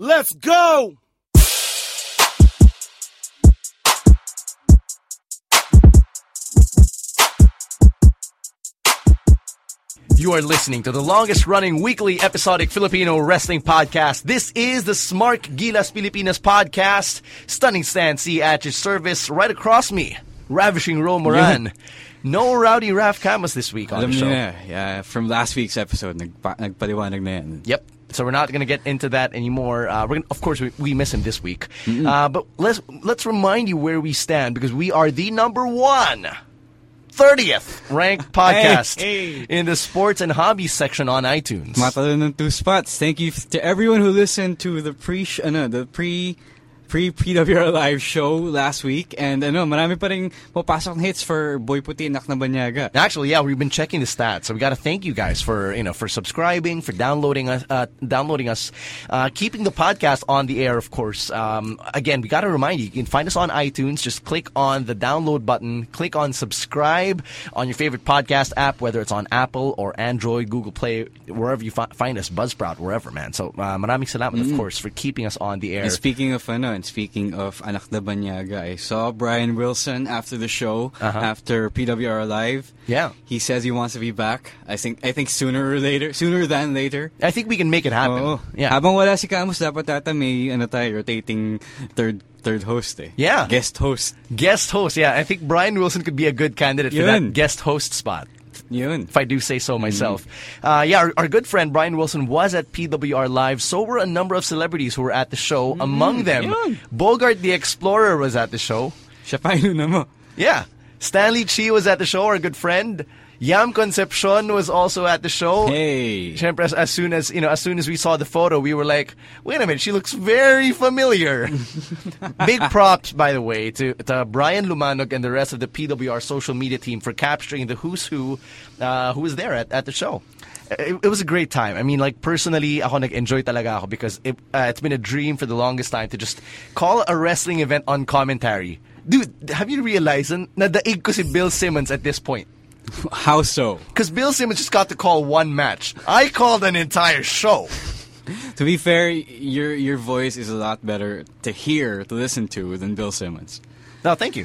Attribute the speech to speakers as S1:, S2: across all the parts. S1: Let's go.
S2: You are listening to the longest running weekly episodic Filipino wrestling podcast. This is the Smart Gilas Pilipinas podcast. Stunning Stancy at your service right across me. Ravishing Ro Moran. No rowdy Raf Camas this week on
S3: Alam
S2: the
S3: niyo
S2: show.
S3: na, yeah, from last week's episode, nagpa- nagpaliwanag na yan.
S2: Yep. So we're not going to get into that anymore. Uh, we're gonna, of course we, we miss him this week, uh, but let's let's remind you where we stand because we are the number one. 30th ranked podcast
S3: hey.
S2: in the sports and hobbies section on iTunes.
S3: Matalo ng two spots. Thank you f- to everyone who listened to the pre sh- ano, the pre pre PWR live show last week and ano, marami pa ring mapasok na hits for Boy Puti and Nak na Banyaga.
S2: Actually, yeah, we've been checking the stats, so we got to thank you guys for you know for subscribing, for downloading us, uh, downloading us, uh, keeping the podcast on the air. Of course, um, again, we got to remind you, you can find us on iTunes. Just click on the download button, click on subscribe on your favorite podcast app, whether it's on Apple or Android, Google Play, wherever you fi- find us, Buzzsprout, wherever, man. So, uh, maraming salamat, of course, for keeping us on the air.
S3: And speaking of ano, and speaking of Anak na Banyaga, I saw Brian Wilson after the show, after PWR live.
S2: Uh-huh. Yeah.
S3: He says he wants to be back. I think I think sooner or later, sooner than later.
S2: I think we can make it happen.
S3: Oo.
S2: Yeah.
S3: Habang wala si Camus, dapat ata may ano tayo, rotating third third host eh.
S2: Yeah.
S3: Guest host.
S2: Guest host, yeah. I think Brian Wilson could be a good candidate for
S3: Yun.
S2: that guest host spot.
S3: Yun.
S2: if I do say so myself. Uh, yeah, our, our good friend Brian Wilson was at PWR Live. So were a number of celebrities who were at the show. Among them,
S3: yun.
S2: Bogart the Explorer was at the show.
S3: Siya pa yun na mo.
S2: Yeah. Stanley Chi was at the show, our good friend. Yam Concepcion was also at the show.
S3: Hey.
S2: Siyempre, as, as soon as you know, as soon as we saw the photo, we were like, "Wait a minute, she looks very familiar." Big props, by the way, to, to Brian Lumanog and the rest of the PWR social media team for capturing the who's who uh, who was there at, at the show. It, it was a great time. I mean, like personally, ako nag-enjoy talaga ako because it, uh, it's been a dream for the longest time to just call a wrestling event on commentary. Dude, have you realized na daig ko si Bill Simmons at this point?
S3: How so?
S2: Because Bill Simmons just got to call one match. I called an entire show.
S3: To be fair, your your voice is a lot better to hear, to listen to than Bill Simmons.
S2: No, thank you.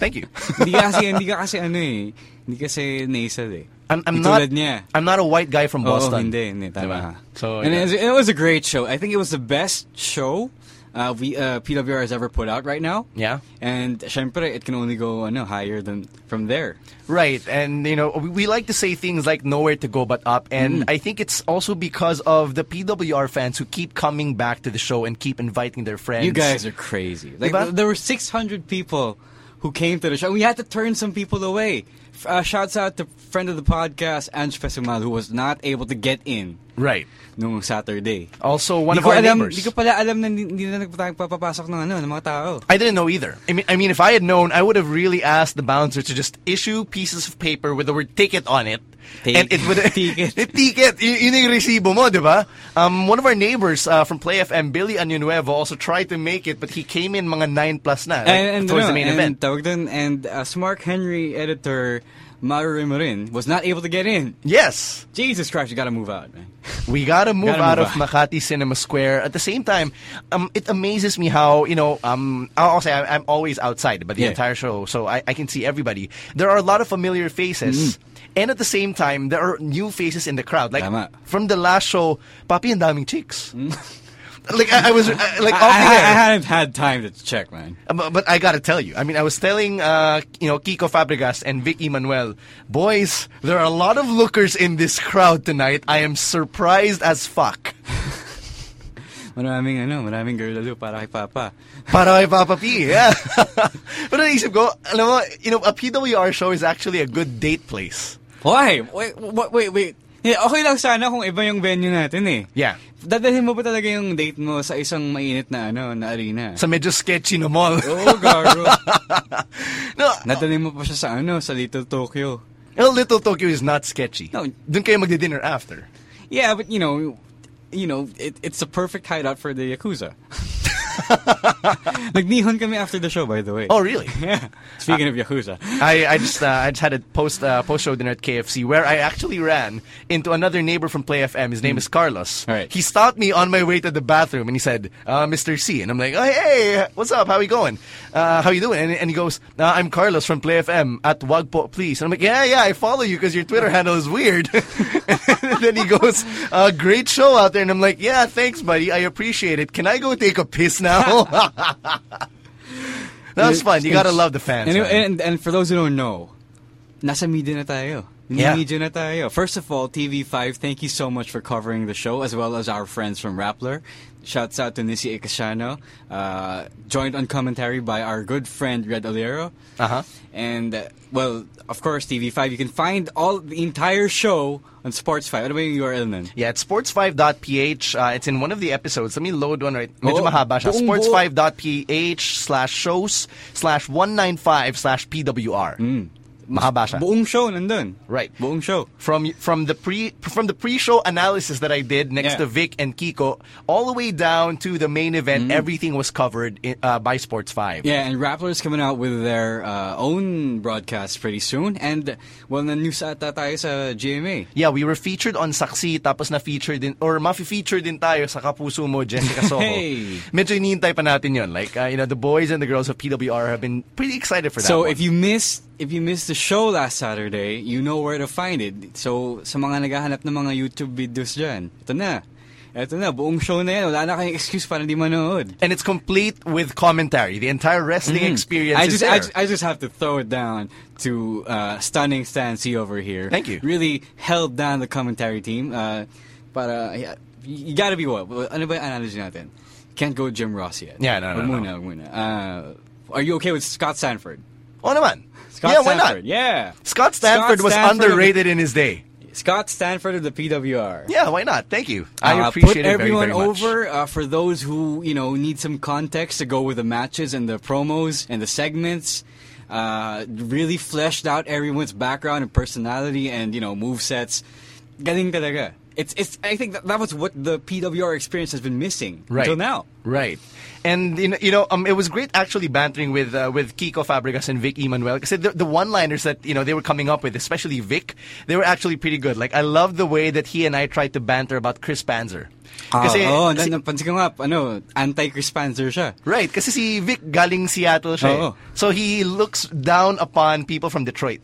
S2: Thank you.
S3: hindi ka kasi, hindi ka kasi ano eh. Hindi kasi nasal eh.
S2: I'm, I'm
S3: Di
S2: not.
S3: tulad niya.
S2: I'm not a white guy from
S3: Oo,
S2: Boston.
S3: hindi, hindi. Tama
S2: Diba?
S3: ka.
S2: So,
S3: And
S2: yeah.
S3: it, was- it was a great show. I think it was the best show uh, we, uh, PWR has ever put out right now.
S2: Yeah.
S3: And syempre, it can only go ano, higher than from there.
S2: Right, and you know we, we like to say things like nowhere to go but up, and
S3: Mm.
S2: I think it's also because of the PWR fans who keep coming back to the show and keep inviting their friends.
S3: You guys are crazy. Like
S2: Diba?
S3: th- there were 600 people who came to the show. We had to turn some people away. F- Uh, shouts out to friend of the podcast Ange Pesumal who was not able to get in
S2: right.
S3: nung Saturday.
S2: Also, Oh, one
S3: Di
S2: of
S3: ko
S2: our
S3: alam,
S2: neighbors.
S3: Di ko pala alam na hindi hindi na nagpapapasok ng ano ng mga tao.
S2: I didn't know either. I mean, I mean, if I had known, I would have really asked the bouncer to just issue pieces of paper with the word "ticket" on it,
S3: Take-
S2: and it would
S3: Ticket.
S2: Eh, ticket. Y- yun yung resibo mo, di ba? Um, one of our neighbors uh, from Play FM, Billy Anunuevo, also tried to make it, but he came in mga nine plus na like,
S3: And, and,
S2: towards
S3: ano,
S2: the main
S3: and,
S2: event.
S3: tawag dun, and uh, Smart Henry editor Maru Rimarin was not able to get in.
S2: yes.
S3: Jesus Christ, you gotta move out, man.
S2: We gotta move
S3: Gotta
S2: out
S3: move
S2: of
S3: out.
S2: Makati Cinema Square. At the same time, um, it amazes me how you know. Um, I'll say I'm, I'm always outside, but the
S3: Yeah.
S2: entire show, so I, I can see everybody. There are a lot of familiar faces, and at the same time, there are new faces in the crowd. Like
S3: Mm-hmm. Tama. Mm.
S2: from the last show, Papi and Daming Chicks. like I, I was I, like
S3: I,
S2: off the
S3: I,
S2: air.
S3: I hadn't had time to check, man.
S2: Uh, But, but I gotta tell you, I mean, I was telling uh, you know Kiko Fabregas and Vicky Manuel, boys, there are a lot of lookers in this crowd tonight. I am surprised as fuck.
S3: Maraming ano, maraming girlalo para kay Papa.
S2: Para kay Papa P, yeah. Pero naisip ko, alam mo, you know, a PWR show is actually a good date place.
S3: Why? Wait, wait, wait, wait. Yeah, okay lang sana kung iba yung venue natin eh.
S2: Yeah.
S3: Dadalhin mo pa talaga yung date mo sa isang mainit na ano na arena.
S2: Sa medyo sketchy na mall.
S3: Oo, garo.
S2: no,
S3: Nadalhin mo pa siya sa ano, sa Little Tokyo.
S2: El Little Tokyo is not sketchy.
S3: No.
S2: Doon kayo magdi-dinner after.
S3: Yeah, but you know, you know, it, it's a perfect hideout for the Yakuza. Nagnihon kami after the show, by the way.
S2: Oh, really?
S3: Yeah. Speaking of Yakuza.
S2: I, I just uh, I just had a post uh, post show dinner at KFC where I actually ran into another neighbor from Play FM. His name is Carlos.
S3: All Hmm. right.
S2: He stopped me on my way to the bathroom and he said, uh, "Mr. C," and I'm like, oh, "Hey, what's up? How you going? Uh, how you doing?" And, and he goes, uh, "I'm Carlos from Play FM at Wagpo, please." And I'm like, "Yeah, yeah, I follow you because your Twitter handle is weird." and then he goes, uh, "Great show out there," and I'm like, "Yeah, thanks, buddy. I appreciate it. Can I go take a piss now?" that was fun. You gotta love the fans.
S3: And,
S2: man.
S3: and, and for those who don't know, nasa media na tayo.
S2: Yeah.
S3: Media na tayo. First of all, TV5, thank you so much for covering the show, as well as our friends from Rappler. Shouts out to Nisi Icasiano, uh, joined on commentary by our good friend Red Olero.
S2: Uh-huh.
S3: And, uh, well, of course, TV5, you can find all the entire show on Sports 5. Ano ba yung URL nun?
S2: Yeah, it's sports5.ph. Uh, it's in one of the episodes. Let me load one right. Medyo
S3: Oo,
S2: mahaba siya.
S3: buong buo.
S2: Sports5.ph slash shows slash 195 slash PWR.
S3: Hmm.
S2: Mahaba siya.
S3: Buong show nandun.
S2: Right.
S3: Buong show.
S2: From from the pre from the pre-show analysis that I did next to
S3: Yeah.
S2: Vic and Kiko, all the way down to the main event, everything was covered in, uh, by Sports Five.
S3: Hmm. Yeah, and Rappler's coming out with their uh, own broadcast pretty soon. And, well, na-news ata tayo sa GMA.
S2: Yeah, we were featured on Saksi, tapos na-feature din, or ma-feature din tayo sa Kapuso Mo, Jessica Soho.
S3: Hey!
S2: Medyo inihintay pa natin yun. Like, uh, you know, the boys and the girls of PWR have been pretty excited for that
S3: So
S2: one.
S3: if you missed if you missed the show last Saturday, you know where to find it. So sa mga naghahanap ng mga YouTube videos dyan, ito na. Ito na, buong show na yan. Wala na kayong excuse para hindi manood.
S2: And it's complete with commentary. The entire wrestling experience
S3: Mm-hmm. I
S2: is
S3: just,
S2: there.
S3: I just I just have to throw it down to uh, stunning Stan C over here.
S2: Thank you.
S3: Really held down the commentary team. Uh, para yeah, you gotta be what? Ano ba yung analogy natin? Can't go Jim Ross yet.
S2: Yeah, no, no,
S3: Wag
S2: no.
S3: muna, wag muna. Uh, are you okay with Scott Sanford?
S2: oh, naman.
S3: Scott
S2: yeah, why
S3: Sanford.
S2: not?
S3: Yeah.
S2: Scott Stanford was
S3: Stanford of the-
S2: underrated in his day.
S3: Scott Stanford of the PWR.
S2: Yeah, why not? Thank you.
S3: Uh,
S2: I appreciate
S3: put
S2: it very,
S3: everyone
S2: very much.
S3: over uh, for those who you know need some context to go with the matches and the promos and the segments. Uh, really fleshed out everyone's background and personality and you know move sets. Galing talaga. It's it's. I think that, that was what the PWR experience has been missing
S2: right.
S3: until now.
S2: Right. And you know, you know um, it was great actually bantering with uh, with Kiko Fabregas and Vic Emanuel because the, the one-liners that you know they were coming up with, especially Vic, they were actually pretty good. Like I love the way that he and I tried to banter about Chris Panzer. Kasi-
S3: oh,
S2: kasi-
S3: napansin ko nga, ano, anti-Chris Panzer siya.
S2: Right, kasi si Vic galing Seattle siya. eh.
S3: Oo.
S2: So he looks down upon people from Detroit.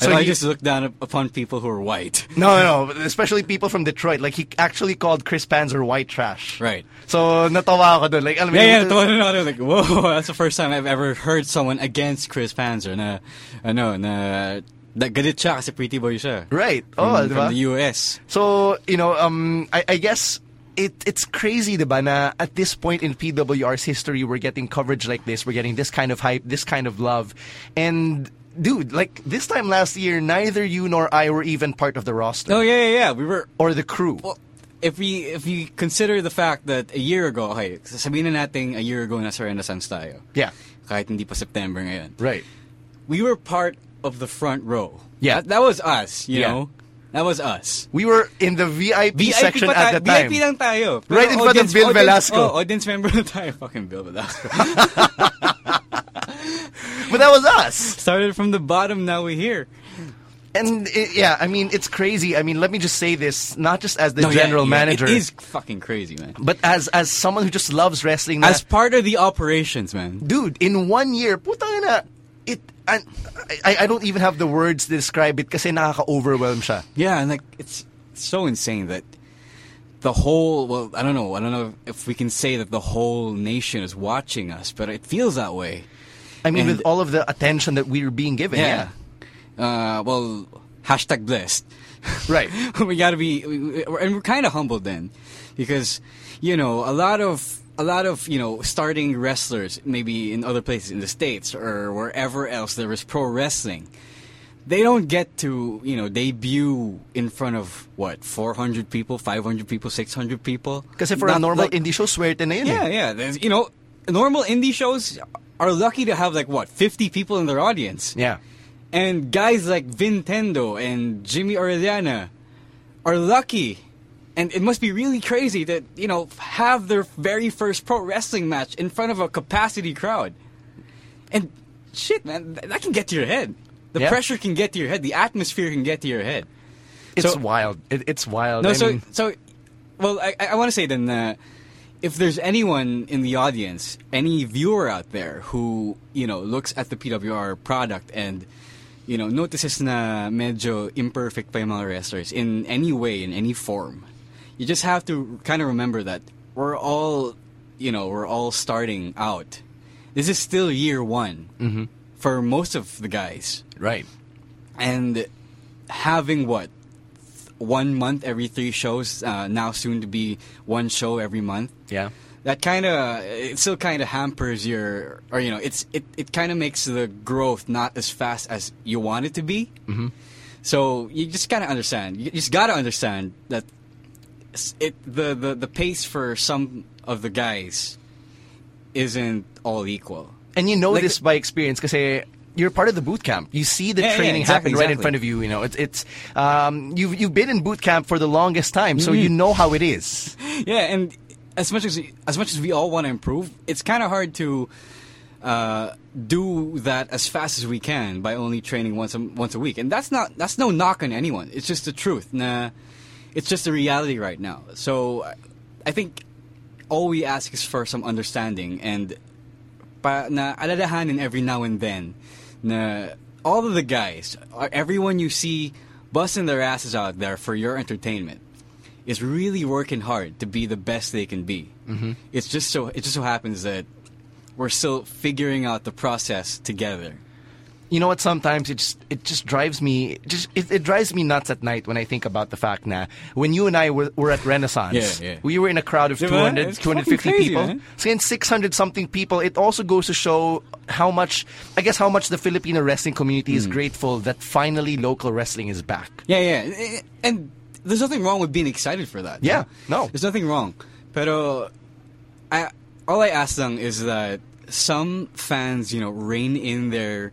S3: So I
S2: he-
S3: just looked down up- upon people who are white.
S2: No, no, no, especially people from Detroit. Like he actually called Chris Panzer white trash.
S3: Right.
S2: So natawa ako dun. Like alam mo
S3: Yeah, yeah,
S2: yun,
S3: the one another like, whoa, that's the first time I've ever heard someone against Chris Panzer na, ano, na, na galit siya kasi pretty boy siya.
S2: Right.
S3: From,
S2: Oh, di
S3: from
S2: ba?
S3: the US.
S2: So, you know, um, I, I guess it, it's crazy, diba, na at this point in PWR's history, we're getting coverage like this, we're getting this kind of hype, this kind of love. And, dude, like, this time last year, neither you nor I were even part of the roster.
S3: Oh, yeah, yeah, yeah. We were,
S2: Or the crew.
S3: well, if we, if we consider the fact that a year ago, okay, sasabihin na natin a year ago nasa Renaissance tayo.
S2: Yeah.
S3: Kahit hindi pa September ngayon.
S2: Right.
S3: We were part of the front row.
S2: Yeah.
S3: That, that was us, you
S2: Yeah.
S3: know? That was us.
S2: We were in the VIP,
S3: VIP
S2: section
S3: pa
S2: at the
S3: tayo-
S2: time.
S3: VIP lang tayo. Pero
S2: Right in front of
S3: audience-
S2: Bill
S3: audience-
S2: Velasco.
S3: Oh, audience member na tayo. Fucking Bill Velasco.
S2: But that was us.
S3: Started from the bottom, now we're here.
S2: And, i yeah, I mean, it's crazy. I mean, let me just say this, not just as the
S3: No, yeah,
S2: general
S3: yeah,
S2: manager.
S3: It is fucking crazy, man.
S2: But as as someone who just loves wrestling, na-
S3: As part of the operations, man.
S2: dude, in one year, putang ina, it, I, I, I don't even have the words to describe it kasi nakaka-overwhelm siya.
S3: Yeah, and like it's so insane that the whole well, I don't know, I don't know if we can say that the whole nation is watching us, but it feels that way.
S2: I mean,
S3: And-
S2: with all of the attention that we were being given. Yeah.
S3: Uh, well, hashtag blessed.
S2: Right.
S3: we gotta be, we- we- and we're kind of humbled then, because you know a lot of a lot of you know starting wrestlers maybe in other places in the states or wherever else there is pro wrestling. they don't get to you know debut in front of what 400 people, 500 people, 600 people.
S2: Kasi for a
S3: Not
S2: normal
S3: like-
S2: indie show, swerte na yun.
S3: yeah,
S2: eh.
S3: yeah. There's, you know, normal indie shows are lucky to have like what 50 people in their audience.
S2: Yeah.
S3: And guys like Vintendo and Jimmy Orellana are lucky. And it must be really crazy that, you know, have their very first pro wrestling match in front of a capacity crowd. And shit, man, th- that can get to your head. The
S2: Yeah.
S3: pressure can get to your head. The atmosphere can get to your head.
S2: It's
S3: So-
S2: wild. It, it's wild.
S3: No,
S2: I
S3: so
S2: mean-
S3: so, well, I, I want to say then, uh, if there's anyone in the audience, any viewer out there who you know looks at the PWR product and you know notices na medyo imperfect pa yung mga wrestlers in any way in any form, you just have to kind of remember that we're all you know we're all starting out. This is still year one
S2: Mm-hmm.
S3: for most of the guys
S2: right.
S3: and having what th- one month every three shows uh, now soon to be one show every month
S2: Yeah.
S3: that kind of it still kind of hampers your or you know it's it, it kind of makes the growth not as fast as you want it to be mm-hmm. so you just gotta understand you just gotta understand that s- it the, the the pace for some of the guys isn't all equal
S2: And you know
S3: Like-
S2: this by experience because you're part of the boot camp. You see the
S3: Yeah, yeah,
S2: training
S3: exactly,
S2: happen right in
S3: exactly.
S2: front of you. You know, it's it's um, you've you've been in boot camp for the longest time, so
S3: Mm-hmm.
S2: you know how it is.
S3: Yeah, and as much as as much as we all want to improve, it's kind of hard to uh, do that as fast as we can by only training once a, once a week. And that's not that's no knock on anyone. It's just the truth. Nah, it's just the reality right now. So I- I think all we ask is for some understanding and pa, na alalahanin every now and then na all of the guys, or everyone you see busting their asses out there for your entertainment is really working hard to be the best they can be. Mm-hmm. It's just so it just so happens that we're still figuring out the process together.
S2: You know what? Sometimes it just it just drives me it just it, it drives me nuts at night when I think about the fact now when you and I were, were at Renaissance,
S3: Yeah, yeah.
S2: we were in a crowd of
S3: Diba?
S2: 200,
S3: It's fucking
S2: 250
S3: crazy,
S2: people.
S3: man.
S2: So in 600 something people, it also goes to show how much I guess how much the Filipino wrestling community is
S3: Hmm.
S2: grateful that finally local wrestling is back.
S3: Yeah, yeah. And there's nothing wrong with being excited for that.
S2: Yeah, no.
S3: There's nothing wrong. Pero I all I ask them is that some fans, you know, rein in their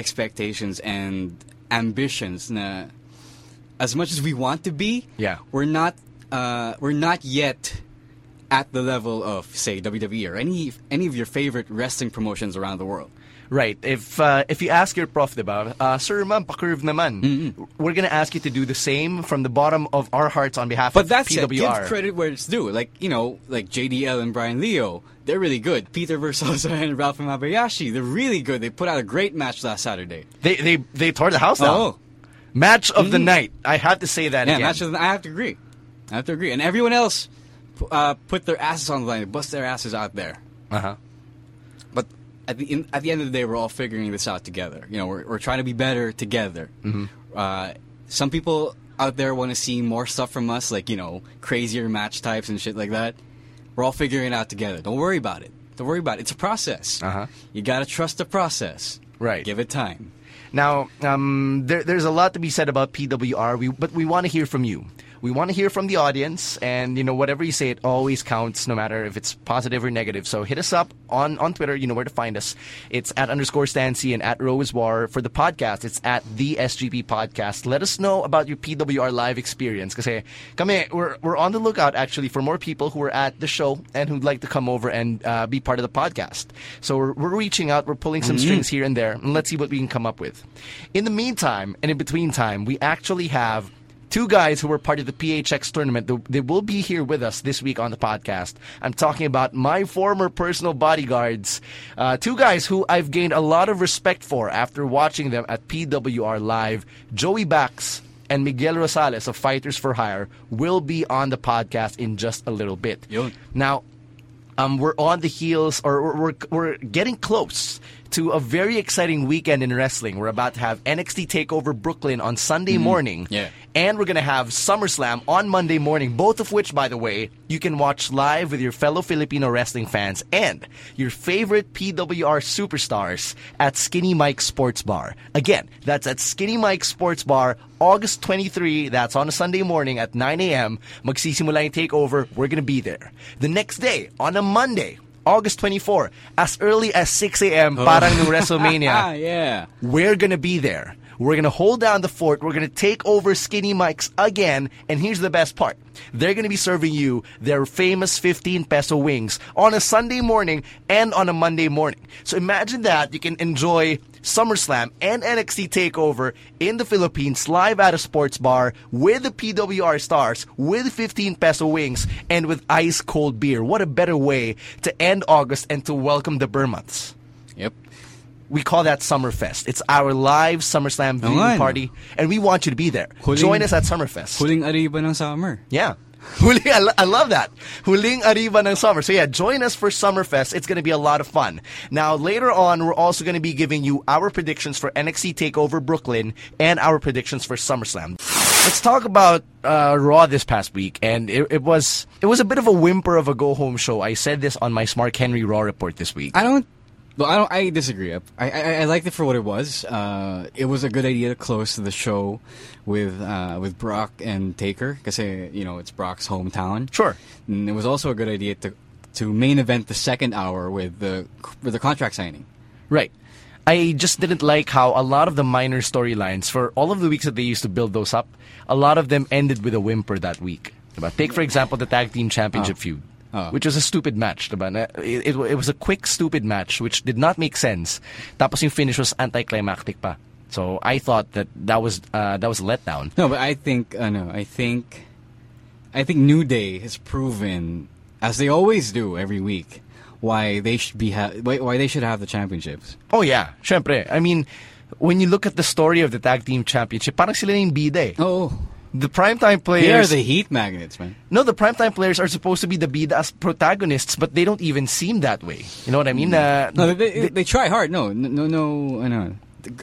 S3: expectations and ambitions na as much as we want to be,
S2: Yeah.
S3: we're not uh, we're not yet at the level of say WWE or any any of your favorite wrestling promotions around the world.
S2: Right. If uh, if you ask your prof, diba, uh, sir, ma'am, pa-curve naman.
S3: Mm-hmm.
S2: We're gonna ask you to do the same from the bottom of our hearts on behalf
S3: But
S2: of
S3: that's it.
S2: PWR.
S3: Give credit where it's due. Like you know, like JDL and Brian Leo, they're really good. Peter Versosa and Ralph Mabayashi, they're really good. They put out a great match last Saturday.
S2: They they they tore the house down.
S3: Oh.
S2: Match of the night. I have to say that
S3: Mm. Yeah,
S2: again.
S3: match of the, I have to agree. I have to agree. And everyone else pu- uh, put their asses on the line, bust their asses out there.
S2: Uh-huh.
S3: But at the in, at the end of the day, we're all figuring this out together. You know, we're we're trying to be better together.
S2: Mm-hmm.
S3: Uh, some people out there want to see more stuff from us, like you know, crazier match types and shit like that. We're all figuring it out together. Don't worry about it. Don't worry about it. It's a process.
S2: Uh-huh.
S3: You gotta trust the process.
S2: Right.
S3: Give it time.
S2: Now, um, there, there's a lot to be said about PWR, we, but we want to hear from you. We want to hear from the audience, and you know whatever you say, it always counts, no matter if it's positive or negative. So hit us up on, on Twitter. You know where to find us. It's at underscore Stancy and at Rose War for the podcast. It's at the SGP podcast. Let us know about your PWR live experience, because kami we're we're on the lookout actually for more people who are at the show and who'd like to come over and uh, be part of the podcast. So we're, we're reaching out, we're pulling some strings here and there, and let's see what we can come up with. In the meantime and in between time, we actually have two guys who were part of the PHX tournament. They- They will be here with us this week on the podcast. I'm talking about my former personal bodyguards, uh, two guys who I've gained a lot of respect for after watching them at PWR Live, Joey Bax and Miguel Rosales of Fighters for Hire will be on the podcast in just a little bit.
S3: Yun.
S2: Now, um, we're on the heels, or we're, we're, we're getting close to a very exciting weekend in wrestling. We're about to have NXT Takeover Brooklyn on Sunday morning,
S4: Yeah.
S2: and we're gonna have SummerSlam on Monday morning. Both of which, by the way, you can watch live with your fellow Filipino wrestling fans and your favorite PWR superstars at Skinny Mike Sports Bar. Again, that's at Skinny Mike Sports Bar, August 23. That's on a Sunday morning at 9 a.m. Magsisimula yung takeover. We're gonna be there. The next day on a Monday. August 24, as early as 6 a.m., parang nung
S3: Ah,
S2: WrestleMania.
S3: yeah.
S2: We're gonna be there. We're gonna hold down the fort. We're gonna take over Skinny Mike's again. And here's the best part: they're gonna be serving you their famous 15 peso wings on a Sunday morning and on a Monday morning. So imagine that you can enjoy SummerSlam and NXT Takeover in the Philippines live at a sports bar with the PWR stars, with 15 peso wings, and with ice cold beer. What a better way to end August and to welcome the Burr months
S4: Yep.
S2: we call that Summerfest. It's our live SummerSlam viewing
S3: Ayan.
S2: party, and we want you to be there.
S3: Oh, Huling-
S2: Join us at Summerfest.
S3: Huling ariba ng summer.
S2: Yeah. Huling, I, lo- I love that. Huling Arriba ng Summer. So yeah, join us for Summerfest. It's going to be a lot of fun. Now, later on, we're also going to be giving you our predictions for NXT TakeOver Brooklyn and our predictions for SummerSlam. Let's talk about uh, Raw this past week, and it, it was it was a bit of a whimper of a go-home show. I said this on my Smart Henry Raw report this week.
S3: I don't. Well, I don't. I disagree. I, I I liked it for what it was. Uh, it was a good idea to close the show with uh, with Brock and Taker because you know it's Brock's hometown.
S2: Sure.
S3: And it was also a good idea to to main event the second hour with the with the contract signing.
S2: Right. I just didn't like how a lot of the minor storylines for all of the weeks that they used to build those up, a lot of them ended with a whimper that week. Diba? Take for example the tag team championship
S3: Ah.
S2: feud, which was a stupid match. diba? Na- It, it, it was a quick stupid match which did not make sense. Tapos yung finish was anticlimactic pa. So I thought that that was uh, that was a letdown.
S3: No, but I think uh, no, I think I think New Day has proven, as they always do every week, why they should be ha- why, why they should have the championships.
S2: Oh yeah, syempre. I mean, when you look at the story of the tag team championship, parang sila na yung bida eh.
S3: Oh,
S2: The primetime
S3: they are
S2: players
S3: the heat magnets, man.
S2: No, the primetime players are supposed to be the bida as protagonists, but they don't even seem that way. You know what I mean? Uh,
S3: Mm. No, they, they, they try hard. No, n- no, no, no.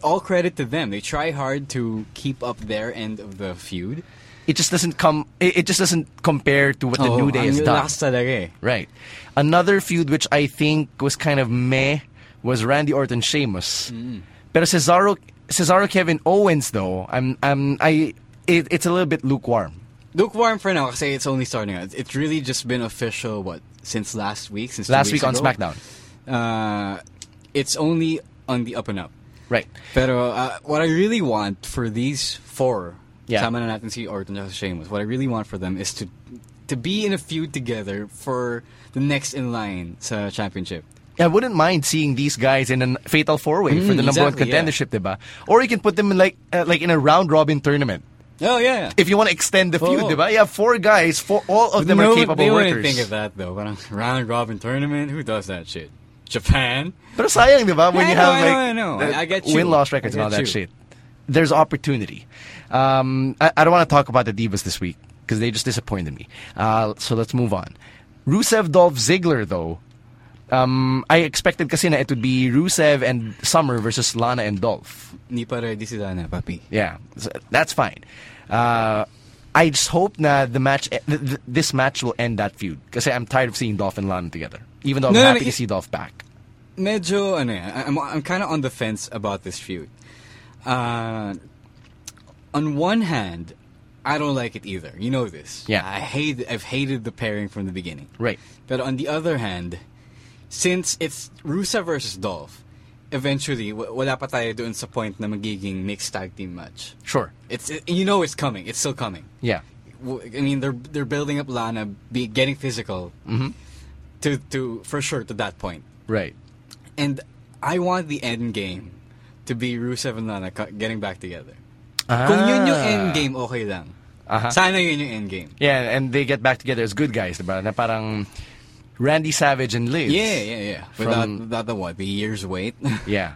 S3: All credit to them. They try hard to keep up their end of the feud.
S2: it just doesn't come. It, it just doesn't compare to what the New Day
S3: ang
S2: has done.
S3: Oh, Last talaga eh.
S2: Right. Another feud which I think was kind of meh was Randy Orton Sheamus.
S3: Mm.
S2: Pero Cesaro Cesaro Kevin Owens though, I'm I'm I it, it's a little bit lukewarm.
S3: Lukewarm for now kasi it's only starting out. It's really just been official, what, since last week? Since two
S2: Last
S3: weeks
S2: week on
S3: ago?
S2: SmackDown.
S3: Uh, it's only on the up and up.
S2: Right.
S3: Pero uh, what I really want for these four,
S2: Yeah.
S3: sama na natin si Orton at Sheamus, what I really want for them is to to be in a feud together for the next in line sa championship.
S2: I wouldn't mind seeing these guys in a fatal four way for the number one
S3: Mm, exactly, yeah.
S2: contendership, diba? Or you can put them in like uh, like in a round robin tournament.
S3: Oh, yeah.
S2: if you want to extend the feud,
S3: Oo.
S2: diba? You have four guys, four, all of them are
S3: no,
S2: capable
S3: they
S2: workers.
S3: wouldn't Oh. think of that, though. Parang round robin tournament, who does that shit? Japan?
S2: Pero sayang, diba? When you
S3: Yeah, I know,
S2: have
S3: I know,
S2: like
S3: I know.
S2: the
S3: I get you.
S2: win-loss
S3: I
S2: records and all
S3: get
S2: that shit,
S3: you.
S2: there's opportunity. Um, I, I don't want to talk about the divas this week because they just disappointed me. Uh, so let's move on. Rusev Dolph Ziggler though, um, I expected kasi na it would be Rusev and Summer versus Lana and Dolph.
S3: Ni pa ready sila na, papi.
S2: Yeah, so that's fine. Uh, I just hope that the match, eh, th- th- this match will end that feud because I'm tired of seeing Dolph and Lana together. Even though I'm
S3: No, no,
S2: happy
S3: no,
S2: to
S3: it-
S2: see Dolph back.
S3: medyo ano eh, I- I'm I'm kind of on the fence about this feud. Uh, on one hand, I don't like it either. You know this.
S2: Yeah.
S3: I hate I've hated the pairing from the beginning.
S2: Right.
S3: But on the other hand, since it's Rusev versus Dolph, eventually w- wala pa tayo doon sa point na magiging mixed tag team match.
S2: Sure.
S3: It's it- you know it's coming. It's still coming.
S2: Yeah.
S3: W- I mean they're they're building up Lana be getting physical. To to for sure to that point.
S2: Right.
S3: And I want the end game to be Rusev and Lana co- getting back together. Kung yun yung end game, okay lang. Sana yun yung end game.
S2: Yeah, and they get back together as good guys, diba? Na parang Randy Savage and Liz.
S3: Yeah, yeah, yeah. Without, without the what? The year's wait?
S2: Yeah.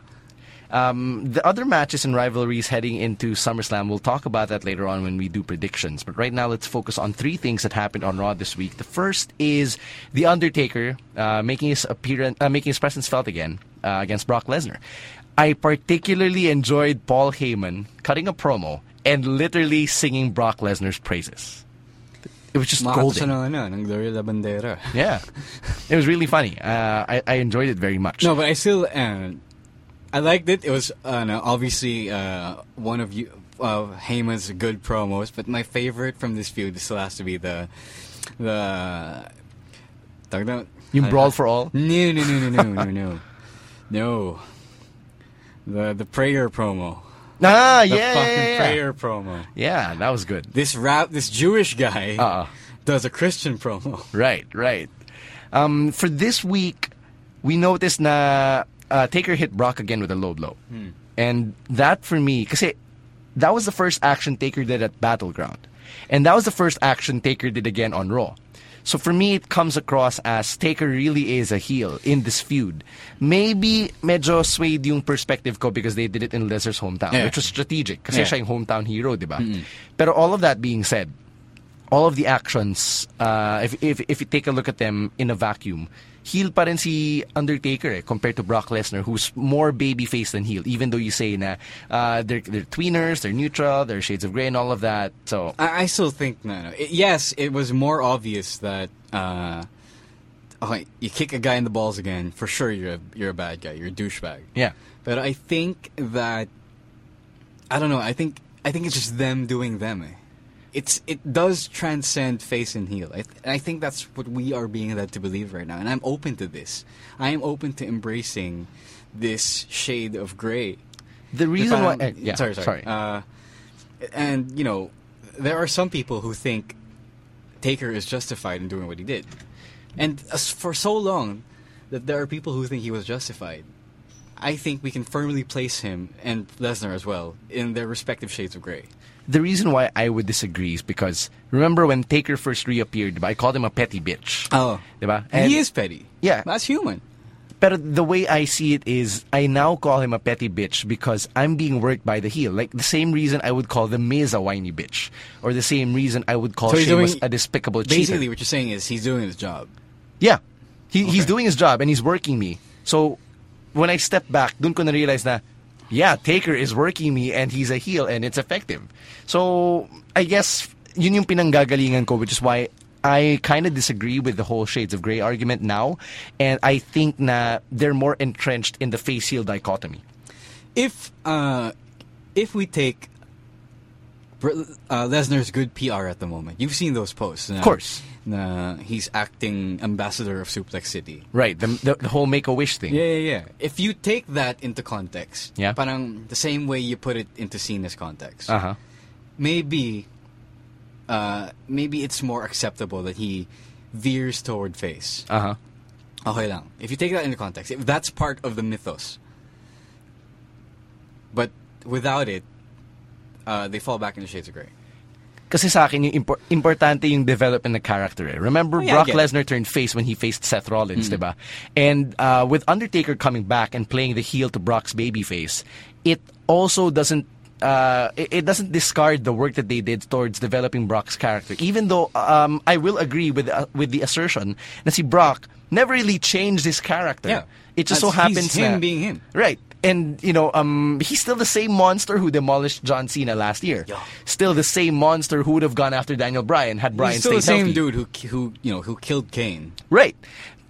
S2: Um, the other matches and rivalries heading into SummerSlam, we'll talk about that later on when we do predictions. But right now, let's focus on three things that happened on Raw this week. The first is The Undertaker uh, making, his appearance, uh, making his presence felt again. uh, against Brock Lesnar. I particularly enjoyed Paul Heyman cutting a promo and literally singing Brock Lesnar's praises. It was just
S3: Makatas
S2: golden.
S3: na ng, ano, ng Gloria La Bandera.
S2: Yeah, it was really funny. Uh, I, I enjoyed it very much.
S3: No, but I still, uh, I liked it. It was uh, no, obviously uh, one of you, uh, Heyman's good promos, but my favorite from this feud still has to be the the. Talk about
S2: Yung brawl for all?
S3: No, no, no, no, no, no, no, no. The the prayer promo.
S2: ah,
S3: The
S2: yeah,
S3: fucking
S2: yeah, yeah.
S3: prayer promo.
S2: Yeah, that was good.
S3: This rap, this Jewish guy
S2: Uh-uh.
S3: does a Christian promo.
S2: Right, right. Um, for this week, we noticed na uh, Taker hit Brock again with a low blow.
S3: Hmm.
S2: And that for me, kasi that was the first action Taker did at Battleground. And that was the first action Taker did again on Raw. So for me, it comes across as Taker really is a heel in this feud. Maybe medyo swayed yung perspective ko because they did it in Lesnar's hometown,
S3: Yeah.
S2: which was strategic kasi
S3: Yeah.
S2: siya yung hometown hero, di ba? Pero all of that being said, all of the actions, uh, if, if, if you take a look at them in a vacuum, heel pa rin si Undertaker eh, compared to Brock Lesnar, who's more babyface than heel, even though you say na uh, they're, they're tweeners, they're neutral, they're shades of gray and all of that. So,
S3: I, I still think no. no. It- yes, it was more obvious that uh, okay, you kick a guy in the balls again. For sure, you're a, you're a bad guy. You're a douchebag.
S2: Yeah.
S3: But I think that I don't know. I think I think it's just them doing them. Eh. It's it does transcend face and heel. I, th- I think that's what we are being led to believe right now, and I'm open to this. I am open to embracing this shade of gray.
S2: the reason
S3: If
S2: why...
S3: I'm-
S2: eh, yeah,
S3: sorry, sorry. Uh, and you know, there are some people who think Taker is justified in doing what he did, and as for so long that there are people who think he was justified. I think we can firmly place him and Lesnar as well in their respective shades of gray.
S2: the reason why I would disagree is because remember when Taker first reappeared, diba, I called him a petty bitch. Diba?
S3: and
S2: Oh. And-
S3: Oh. he is petty.
S2: Yeah.
S3: that's human.
S2: But the way I see it is, I now call him a petty bitch because I'm being worked by the heel. Like the same reason I would call the Miz a whiny bitch, or the same reason I would call
S3: So he's
S2: Sheamus
S3: doing-
S2: a despicable
S3: Basically,
S2: cheater.
S3: what you're saying is he's doing his job.
S2: Yeah, he, he's doing his job and he's working me. So when I step back, dun ko na realize na, yeah, Taker is working me and he's a heel and it's effective. So I guess yun yung pinanggagalingan ko, which is why I kind of disagree with the whole shades of gray argument now, and I think na they're more entrenched in the face heel dichotomy.
S3: if uh, if we take Br- uh, Lesnar's good PR at the moment, you've seen those posts. Of
S2: course.
S3: uh, he's acting ambassador of Suplex City.
S2: Right, the, the, the whole make a wish thing.
S3: Yeah, yeah, yeah. If you take that into context,
S2: Yeah.
S3: parang the same way you put it into Cena's context,
S2: Uh huh.
S3: maybe, uh, maybe it's more acceptable that he veers toward face.
S2: Uh huh.
S3: Okay lang. If you take that into context, if that's part of the mythos, but without it, uh, they fall back into shades of gray.
S2: Kasi sa akin, yung impor- importante yung development ng character eh. Remember,
S3: Oh, yeah, I
S2: Brock
S3: get it. Mm.
S2: Lesnar turned face when he faced Seth Rollins, di ba? And uh, with Undertaker coming back and playing the heel to Brock's babyface, it also doesn't uh, it, it doesn't discard the work that they did towards developing Brock's character. Even though um, I will agree with uh, with the assertion na si Brock never really changed his character.
S3: Yeah.
S2: It just so
S3: That's- he's
S2: happens
S3: him
S2: na-
S3: being him.
S2: Right. And you know, um, he's still the same monster who demolished John Cena last year. Still the same monster who would have gone after Daniel Bryan had Bryan
S3: He's still the
S2: stayed
S3: same
S2: healthy.
S3: dude who ki- who you know who killed Kane.
S2: Right.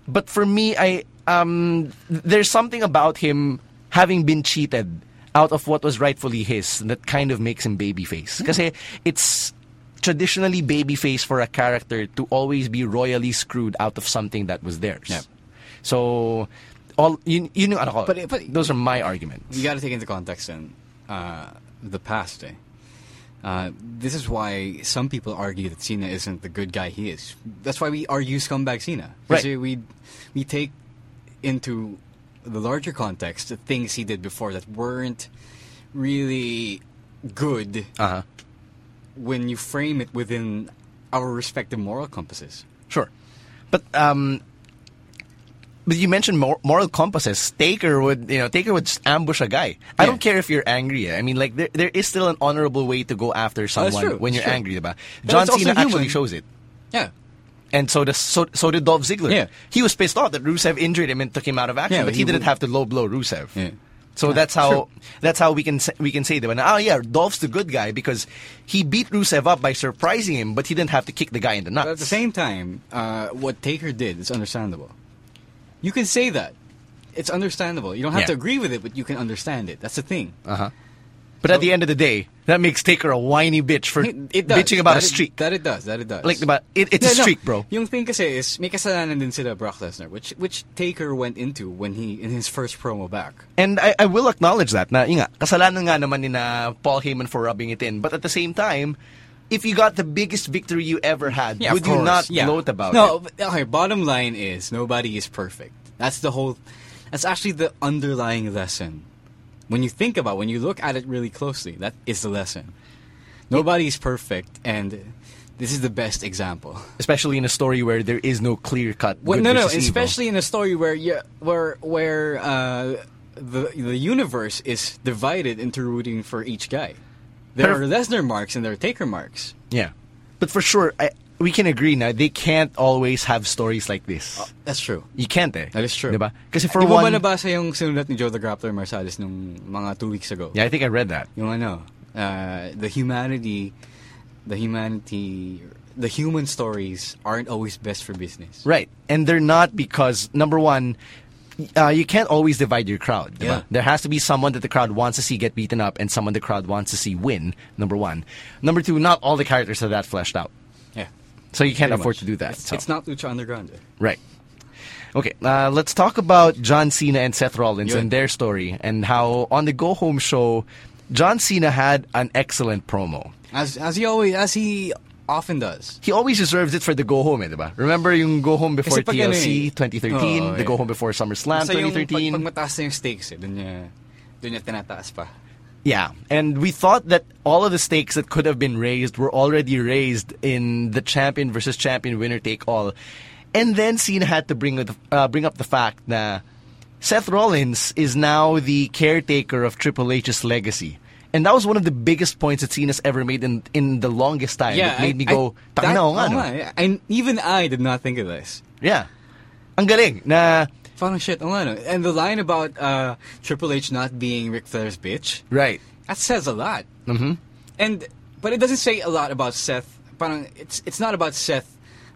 S2: But for me, I um, th- there's something about him having been cheated out of what was rightfully his that kind of makes him babyface.
S3: Hmm.
S2: Because it's traditionally babyface for a character to always be royally screwed out of something that was theirs.
S3: Yep.
S2: So all you, you know, ano ko,
S3: But- but-
S2: those are my arguments.
S3: You got to take into context then uh, the past. Eh? Uh, this is why some people argue that Cena isn't the good guy he is. That's why we argue scumbag Cena. 'Cause
S2: Right.
S3: We we take into the larger context the things he did before that weren't really good
S2: Uh-huh.
S3: when you frame it within our respective moral compasses.
S2: Sure. But um but you mentioned mor- moral compasses. Taker would, you know, Taker would just ambush a guy. I
S3: Yeah.
S2: don't care if you're angry. eh. I mean, like there, there is still an honorable way to go after someone
S3: true,
S2: when
S3: that's
S2: you're
S3: true.
S2: angry, diba?
S3: But
S2: John
S3: it's also
S2: Cena actually
S3: human.
S2: shows it.
S3: Yeah.
S2: And so, the, so so did Dolph Ziggler.
S3: Yeah.
S2: He was pissed off that Rusev injured him and took him out of action,
S3: Yeah,
S2: but he,
S3: he
S2: didn't
S3: would-
S2: have to low blow Rusev.
S3: Yeah.
S2: So that's how that's how we can say, we can say that. And, oh yeah, Dolph's the good guy because he beat Rusev up by surprising him, but he didn't have to kick the guy in the nuts.
S3: But at the same time, uh, what Taker did is understandable. You can say that. It's understandable. You don't have
S2: Yeah. Uh-huh.
S3: to agree with it, but you can understand it. That's the thing.
S2: but at the end of the day, that makes Taker a whiny bitch for
S3: It- it does.
S2: bitching about
S3: that
S2: a
S3: it-
S2: streak.
S3: that it does. That it does.
S2: Like, diba, it- it's a
S3: No, no.
S2: streak, bro.
S3: Yung thing kasi is, may kasalanan din sila Brock Lesnar, which, which Taker went into when he, in his first promo back.
S2: And I, I will acknowledge that. Na, yun nga, kasalanan nga naman ni na Paul Heyman for rubbing it in. But at the same time, if you got the biggest victory you ever had, would you not gloat about
S3: no,
S2: it?
S3: but- okay, bottom line is nobody is perfect. That's the whole that's actually the underlying lesson. When you think about when you look at it really closely, that is the lesson. Nobody is perfect and this is the best example.
S2: Especially in a story where there is no clear cut.
S3: Well, no, no, especially in a story where you, where where uh, the the universe is divided into rooting for each guy. There
S2: Perf-
S3: are Lesnar marks and there are Taker marks.
S2: Yeah. But for sure, I, we can agree now, they can't always have stories like this.
S3: That's true.
S2: you can't eh.
S3: Uh, That is true. Uh,
S2: Diba? Kasi for
S3: Di mo
S2: one...
S3: ba nabasa yung sinulat ni Joe the Grappler Marsalis nung mga two weeks ago?
S2: yeah, I think I read that.
S3: Yung ano, uh, the humanity, the humanity, the human stories aren't always best for business.
S2: Right. And they're not because, number one, uh, you can't always divide your crowd. diba?
S3: Yeah.
S2: There has to be someone that the crowd wants to see get beaten up and someone the crowd wants to see win, number one. Number two, not all the characters are that fleshed out.
S3: Yeah.
S2: So you can't
S3: Pretty
S2: afford
S3: much.
S2: to do that.
S3: It's,
S2: so.
S3: it's not Lucha Underground.
S2: Right. Okay, uh, let's talk about John Cena and Seth Rollins
S3: Yun.
S2: and their story and how on the Go Home show, John Cena had an excellent promo.
S3: As, as he always, as he often does.
S2: He always deserves it for the Go Home, eh, diba? Remember yung Go Home before
S3: Kasi pag ano
S2: TLC
S3: eh.
S2: 2013,
S3: Oo,
S2: the
S3: yeah.
S2: Go Home before SummerSlam
S3: Basta yung
S2: 2013.
S3: pag, pag mataas na yung stakes eh, dun niya, dun niya tinataas pa.
S2: Yeah, and we thought that all of the stakes that could have been raised were already raised in the champion versus champion winner take all, and then Cena had to bring with- uh, bring up the fact that Seth Rollins is now the caretaker of Triple H's legacy, and that was one of the biggest points that Cena's ever made in in the longest time. that made me go,
S3: that-
S2: "Tangina, oo nga,
S3: oo
S2: no?"
S3: nga, eh. And even I did not think of this.
S2: yeah, ang galing na
S3: Parang shit, oo nga, no? And the line about uh, Triple H not being Ric Flair's bitch,
S2: right.
S3: that says a lot. Mm-hmm. And but it doesn't say a lot about Seth. Parang it's it's not about Seth,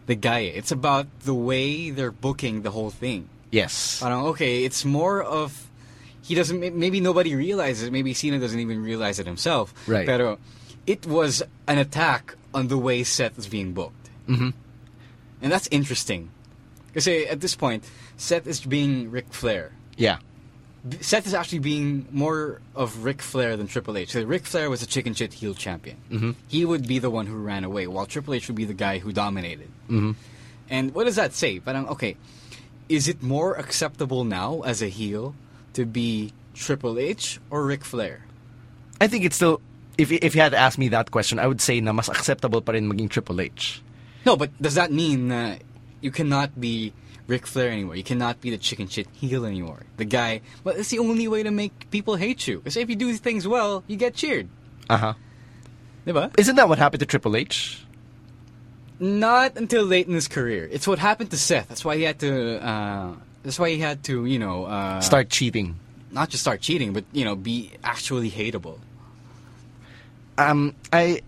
S3: the guy. eh. It's about the way they're booking the whole thing.
S2: Yes.
S3: Parang okay, it's more of he doesn't. may- Maybe nobody realizes. Maybe Cena doesn't even realize it himself.
S2: Right.
S3: Pero it was an attack on the way Seth is being booked. Mm-hmm. And that's interesting. Because at this point, Seth is being Ric Flair.
S2: Yeah.
S3: Seth is actually being more of Ric Flair than Triple H. So Ric Flair was a chicken shit heel champion. Mm-hmm. He would be the one who ran away, while Triple H would be the guy who dominated. Mm-hmm. And what does that say? But I'm okay. Is it more acceptable now as a heel to be Triple H or Ric Flair?
S2: I think it's still. If if you had to ask me that question, I would say na mas acceptable pa rin maging Triple H.
S3: No, but does that mean that you cannot be Ric Flair anymore? You cannot be the chicken shit heel anymore. The guy. But it's the only way to make people hate you. Because if you do things well, you get cheered.
S2: Uh
S3: Uh-huh.
S2: huh.
S3: Diba?
S2: Isn't that what happened to Triple H?
S3: Not until late in his career. It's what happened to Seth. That's why he had to. Uh, that's why he had to, you know, uh,
S2: Start cheating.
S3: not just start cheating, but you know, be actually hateable.
S2: Um, I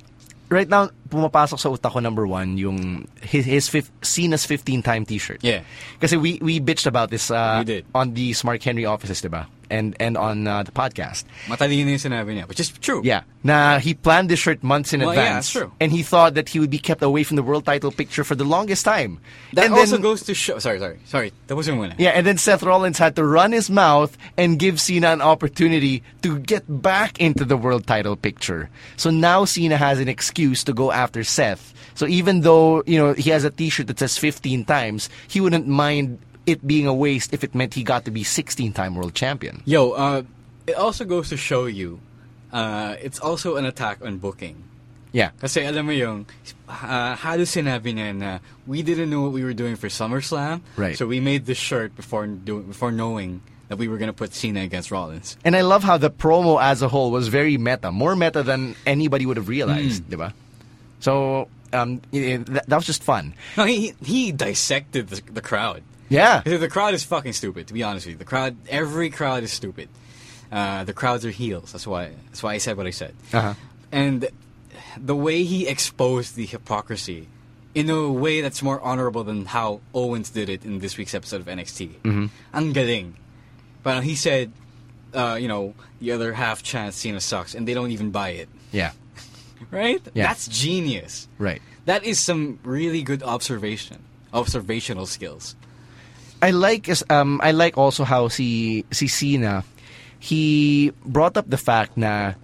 S2: right now pumapasok sa utak ko number one yung his, his fif- Cena's 15 time T-shirt.
S3: Yeah.
S2: Kasi we we bitched about this uh,
S3: We did.
S2: on the Smart Henry offices, diba? And and on uh, the podcast.
S3: Matalino yung sinabi niya, which is true.
S2: Yeah. Nah, he planned this shirt months in
S3: Well, yeah,
S2: advance.
S3: it's true.
S2: And he thought that he would be kept away from the world title picture for the longest time.
S3: That
S2: and then,
S3: also goes to show. Sorry, sorry, sorry. That wasn't winning.
S2: Yeah, and then Seth Rollins had to run his mouth and give Cena an opportunity to get back into the world title picture. So now Cena has an excuse to go after Seth. So even though, you know, he has a t-shirt that says 15 times, he wouldn't mind it being a waste if it meant he got to be 16-time world champion.
S3: Yo, uh, it also goes to show you. Uh, it's also an attack on booking.
S2: Yeah.
S3: Kasi alam mo yung, uh, halos sinabi niya na, we didn't know what we were doing for SummerSlam,
S2: Right.
S3: so we made this shirt before do, before knowing that we were going to put Cena against Rollins.
S2: And I love how the promo as a whole was very meta, more meta than anybody would have realized, diba? So um, y- y- that, that was just fun.
S3: No, he he- he dissected the, the crowd.
S2: Yeah.
S3: The the crowd is fucking stupid. To be honest with you, the crowd, every crowd is stupid. Uh, the crowds are heels. That's why. That's why I said what I said.
S2: Uh-huh.
S3: And the way he exposed the hypocrisy in a way that's more honorable than how Owens did it in this week's episode of NXT.
S2: Mm-hmm.
S3: Ang galing. But he said, uh, you know, the other half chance Cena sucks, and they don't even buy it.
S2: Yeah.
S3: Right?
S2: Yeah.
S3: That's genius.
S2: Right.
S3: That is some really good observation, observational skills.
S2: I like is- um I like also how si si Cena he brought up the fact na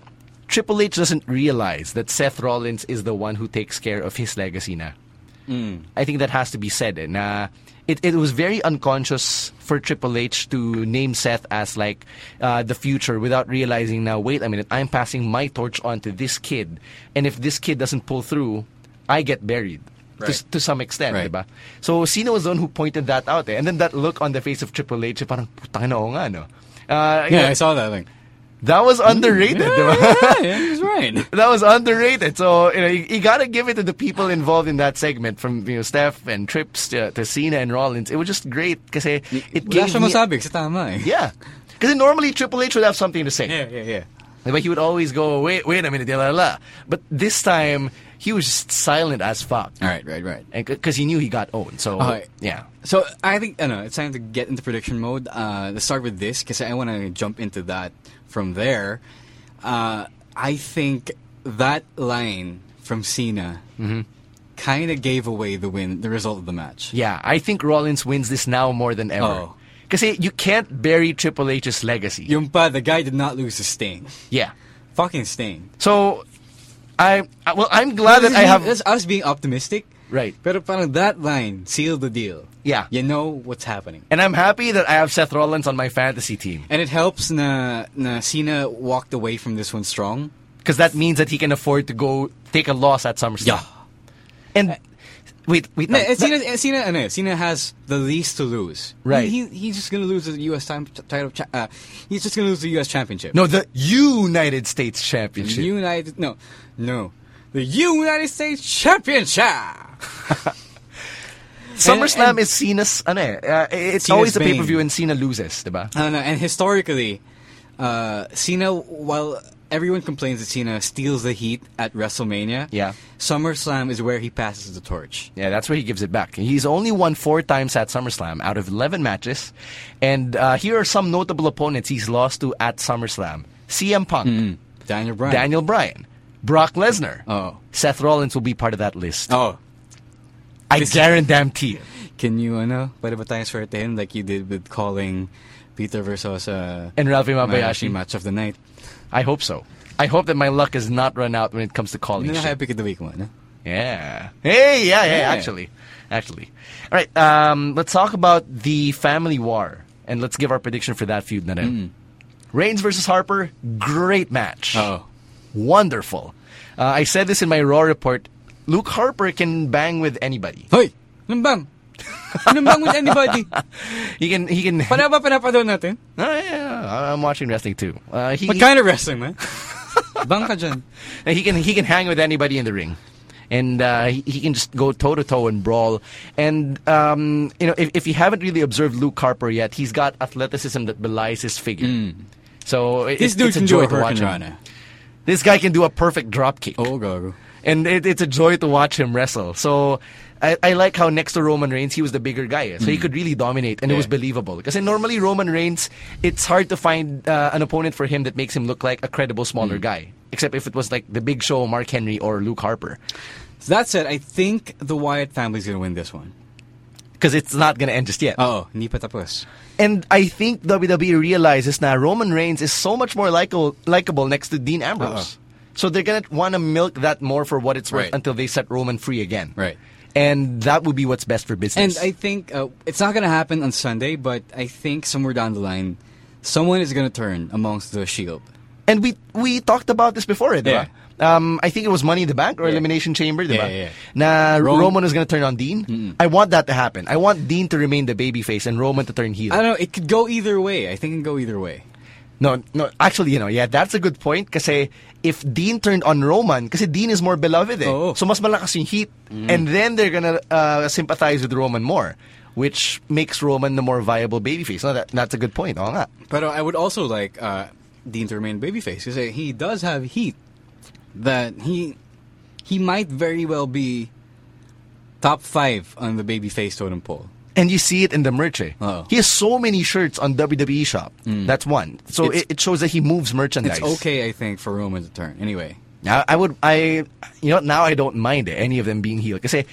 S2: Triple H doesn't realize that Seth Rollins is the one who takes care of his legacy na.
S3: Mm.
S2: I think that has to be said eh, na it it was very unconscious for Triple H to name Seth as like uh, the future without realizing now wait a minute I'm passing my torch on to this kid and if this kid doesn't pull through I get buried to, s-
S3: Right.
S2: to some extent
S3: Right.
S2: diba? So Cena was the one who pointed that out eh. and then that look on the face of Triple H eh, parang putang na oo nga no. Uh,
S3: Yeah, I saw that thing.
S2: that was underrated, diba?
S3: yeah, yeah, he was right.
S2: that was underrated. So you know, you, you got to give it to the people involved in that segment, from you know Steph and Trips to, to Cena and Rollins. It was just great because it
S3: Wala
S2: gave
S3: siya
S2: me,
S3: masabi kasi tama eh.
S2: yeah. Because normally Triple H would have something to say,
S3: Yeah, yeah, yeah.
S2: but he would always go, "Wait, wait a minute, la la." la." But this time he was just silent as fuck,
S3: All right, right, right.
S2: because he knew he got owned. So Oh,
S3: Okay.
S2: yeah,
S3: So I think I know it's time to get into prediction mode. Uh, let's start with this because I want to jump into that from there. Uh, I think that line from Cena kind of gave away the win, the result of the match.
S2: Mm-hmm. yeah. I think Rollins wins this now more than ever.
S3: Oh.
S2: Because you can't bury Triple H's legacy.
S3: Yung pa, the guy did not lose his sting.
S2: yeah.
S3: Fucking sting.
S2: So, I I- well, I'm glad that I have.
S3: That's us being optimistic.
S2: Right.
S3: Pero parang that line sealed the deal.
S2: Yeah.
S3: You know what's happening.
S2: And I'm happy that I have Seth Rollins on my fantasy team
S3: And it helps na, na Cena walked away from this one strong.
S2: because that means that he can afford to go take a loss at SummerSlam. And wait, wait.
S3: No,
S2: no,
S3: and
S2: that-
S3: eh, Cena, and Cena, ano, Cena has the least to lose.
S2: Right.
S3: He, he- he's just going to lose the U.S. Time, title. cha- Uh, he's just going to lose the U.S. Championship.
S2: no, the United States
S3: The
S2: Championship.
S3: United. No, no. The United States Championship.
S2: SummerSlam
S3: and-
S2: is Cena's. Ano, eh, uh, it's
S3: Cena's
S2: always a
S3: bane.
S2: pay per view and Cena loses, diba?
S3: I don't know. And historically, uh, Cena, while everyone complains that Cena steals the heat at WrestleMania,
S2: Yeah.
S3: SummerSlam is where he passes the torch.
S2: Yeah, that's where he gives it back. He's only won four times at SummerSlam out of 11 matches. And uh, here are some notable opponents he's lost to at SummerSlam CM Punk,
S3: Daniel Bryan.
S2: Daniel Bryan, Brock Lesnar.
S3: Oh.
S2: Seth Rollins will be part of that list.
S3: Oh.
S2: I
S3: this-
S2: guarantee you.
S3: Can you, ano, pwede ba tayong swertehin like you did with calling Peter versus uh,
S2: And Ralphie
S3: Mabayashi
S2: Mabayashi.
S3: match of the night?
S2: I hope so. I hope that my luck has not run out when it comes to calling.
S3: Yun na
S2: shit.
S3: kaya pick of the week mo, ano?
S2: Yeah. Hey, yeah, yeah,
S3: Yeah.
S2: actually. Actually. All right, um, let's talk about the family war and let's give our prediction for that feud na rin. Reigns versus Harper, great match.
S3: Oo.
S2: Wonderful. Uh, I said this in my Raw report. Luke Harper can bang with anybody.
S3: Hoy! Anong bang? Anong bang with anybody?
S2: He can he can
S3: Paano ba pinapanood natin?
S2: Oh, yeah, yeah, I'm watching wrestling too. Uh, he,
S3: What kind of wrestling, man? bang ka dyan.
S2: he can he can hang with anybody in the ring, and uh, he, he can just go toe to toe and brawl. And um, you know, if, if you haven't really observed Luke Harper yet, he's got athleticism that belies his figure. So it,
S3: Hmm. This
S2: it-
S3: dude
S2: it's
S3: can
S2: a
S3: do
S2: joy
S3: a
S2: to watch
S3: Hurricane
S2: him.
S3: Rana.
S2: This guy can do a perfect drop kick,
S3: Oh, gago.
S2: and it, it's a joy to watch him wrestle. So. I, I like how next to Roman Reigns he was the bigger guy, eh. so he could really dominate, and it
S3: Mm. Yeah.
S2: was believable. Because normally Roman Reigns, it's hard to find uh, an opponent for him that makes him look like a credible
S3: Mm.
S2: smaller guy, except if it was like the Big Show, Mark Henry, or Luke Harper.
S3: So that said, I think the Wyatt family's gonna win this one.
S2: because it's not going to end just yet.
S3: Oo, hindi pa tapos.
S2: and I think WWE realizes now Roman Reigns is so much more likable, likable next to Dean Ambrose. So they're going to want to milk that more for what it's worth
S3: Uh-huh. Right.
S2: until they set Roman free again.
S3: Right.
S2: And that would be what's best for
S3: And
S2: business.
S3: I think uh, it's not gonna happen on Sunday, but I think somewhere down the line, someone is gonna turn amongst the Shield.
S2: And we we talked about this before, it,
S3: Yeah.
S2: Um, I think it was Money in the Bank or Elimination Chamber, diba?
S3: Yeah, yeah, yeah.
S2: Na
S3: Rom-
S2: Roman was going to turn on Dean. I want that to happen. I want Dean to remain the babyface and Roman to turn heel.
S3: I don't know. It could go either way. I think it can go either way.
S2: No, no. Actually, you know, yeah, that's a good point. Kasi if Dean turned on Roman, kasi Dean is more beloved eh.
S3: Oo. Mm.
S2: So mas malakas yung heat. And then they're gonna uh, sympathize with Roman more. Which makes Roman the more viable babyface. No, that, that's a good point. Oo nga.
S3: But uh, I would also like uh, Dean to remain babyface because he does have heat that he he might very well be top five on the babyface totem pole.
S2: And you see it in the merch eh.
S3: Oo.
S2: He has so many shirts on WWE shop. That's one. So
S3: Hmm. It's-
S2: it, it shows that he moves merchandise.
S3: It's okay, I think, for Roman to turn. Anyway,
S2: Now I would I you know now I don't mind eh, any of them being heel kasi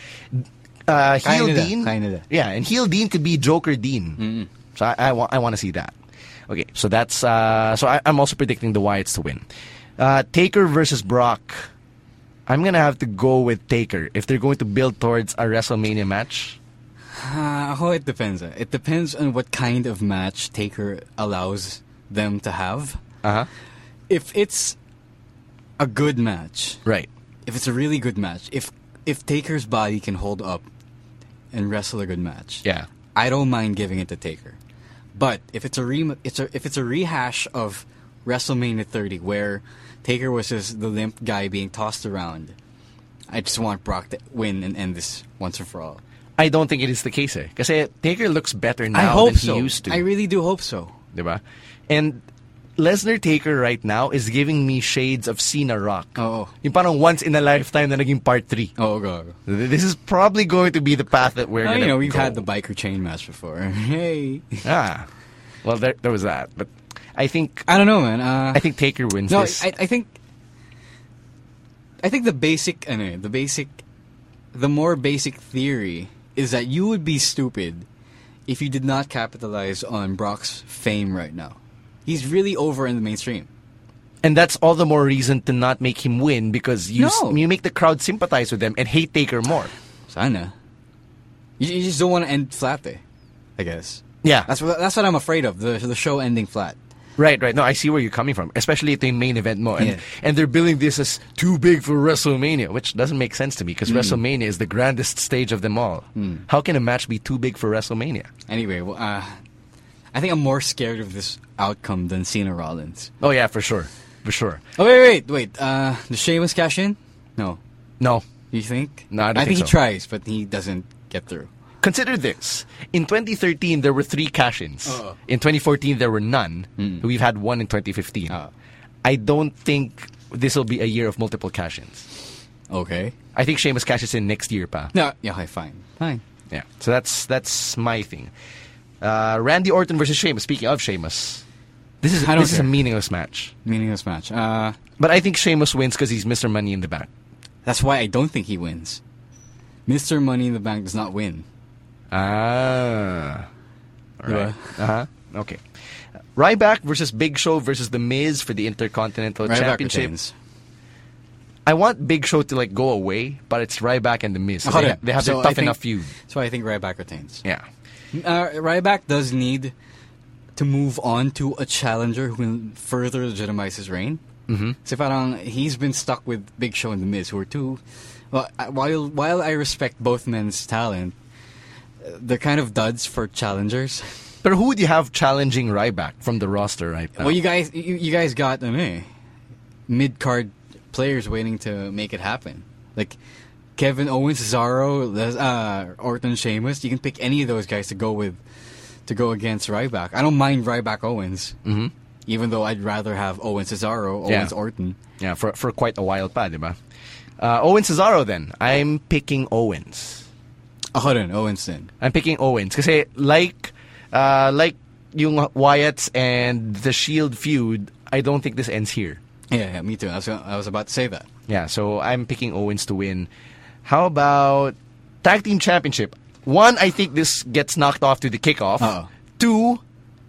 S2: uh, heel
S3: Kaya nila,
S2: Dean
S3: kaya nila.
S2: yeah and heel Dean could be Joker Dean
S3: Mm-hmm.
S2: so I I, wa- I want to see that okay so that's uh, so I, I'm also predicting the Wyatts to win uh, Taker versus Brock I'm gonna have to go with Taker if they're going to build towards a WrestleMania match
S3: uh, oh, it depends. eh. It depends on what kind of match Taker allows them to have.
S2: uh huh
S3: If it's a good match,
S2: right
S3: if it's a really good match, if if Taker's body can hold up and wrestle a good match,
S2: Yeah.
S3: I don't mind giving it to Taker. But if it's a re- it's a if it's a rehash of WrestleMania 30 where Taker was just the limp guy being tossed around, I just want Brock to win and end this once and for all.
S2: I don't think it is the case eh kasi Taker looks better now
S3: I hope
S2: than he
S3: so.
S2: used to
S3: I really do hope so.
S2: Diba? And Lesnar Taker right now is giving me shades of Cena Rock.
S3: Oo.
S2: Yung parang once in a lifetime na naging part 3.
S3: Oh god.
S2: This is probably going to be the path that we're
S3: Oh,
S2: going
S3: you
S2: to
S3: know, we've had the biker chain match before. hey.
S2: Ah. Well, there, there was that. But I think
S3: I don't know, man. Uh,
S2: I think Taker wins
S3: No,
S2: this.
S3: I, I think I think the basic ano, eh, the basic the more basic theory is that you would be stupid if you did not capitalize on Brock's fame right now. He's really over in the mainstream.
S2: and that's all the more reason to not make him win because you s-
S3: No.
S2: you make the crowd sympathize with them and hate Taker more.
S3: Sana. You, you just don't want to end flat eh, I guess.
S2: Yeah.
S3: That's what that's what I'm afraid of, the the show ending flat.
S2: Right, right. No, I see where you're coming from, especially at the main event mo. And,
S3: Yeah.
S2: and they're billing this as too big for WrestleMania, which doesn't make sense to me because WrestleMania is the grandest stage of them all. How can a match be too big for WrestleMania?
S3: Anyway, well, uh, I think I'm more scared of this outcome than Cena Rollins.
S2: Oh, yeah, for sure. For sure.
S3: Oh wait, wait, wait. Uh, does Sheamus cash in? No.
S2: No.
S3: You think?
S2: No, I don't
S3: I
S2: think so.
S3: think, he tries, but he doesn't get through.
S2: Consider this. In 2013, there were three cash ins. In 2014, there were none. We've had one in 2015. I don't think this will be a year of multiple cash ins.
S3: Okay.
S2: I think Sheamus cashes in next year, pa.
S3: No. Yeah. Okay. Fine. Fine.
S2: Yeah. So that's that's my thing. Uh, Randy Orton versus Sheamus. Speaking of Sheamus, this is
S3: I don't
S2: this is a
S3: care.
S2: meaningless match.
S3: Meaningless match. Uh,
S2: But I think Sheamus wins because he's Mr. Money in the Bank.
S3: that's why I don't think he wins. Mister Money in the Bank does not win.
S2: Ah. All
S3: Diba?
S2: right. Uh huh. Okay. Ryback versus Big Show versus The Miz for the Intercontinental
S3: Ryback
S2: Championship.
S3: retains.
S2: I want Big Show to like go away, but it's Ryback and The Miz. So
S3: Got
S2: they,
S3: it.
S2: ha- they have
S3: So
S2: their
S3: I
S2: tough
S3: think-
S2: enough feud.
S3: That's why I think Ryback retains.
S2: Yeah.
S3: Uh, Ryback does need to move on to a challenger who can further legitimize his reign. Mm-hmm. So parang he's been stuck with Big Show and The Miz, who are two. Well, I- while while I respect both men's talent, uh, they're kind of duds for challengers.
S2: But who would you have challenging Ryback from the roster right now?
S3: Well, you guys, you, you guys got uh, mid card players waiting to make it happen. Like Kevin Owens, Cesaro, Les- uh, Orton, Sheamus. You can pick any of those guys to go with to go against Ryback. I don't mind Ryback Owens, mm-hmm. even though I'd rather have Owens, Cesaro,
S2: Yeah.
S3: Owens, Orton.
S2: Yeah, for for quite a while pa, di ba? Uh, Owen Cesaro then. I'm picking Owens.
S3: Ako rin, Owens din.
S2: I'm picking Owens kasi like uh, like yung Wyatts and the Shield feud, I don't think this ends here.
S3: Yeah, yeah, me too. I was, I was about to say that.
S2: Yeah, so I'm picking Owens to win. How about tag team championship? One, I think this gets knocked off to the kickoff.
S3: Uh-oh.
S2: Two,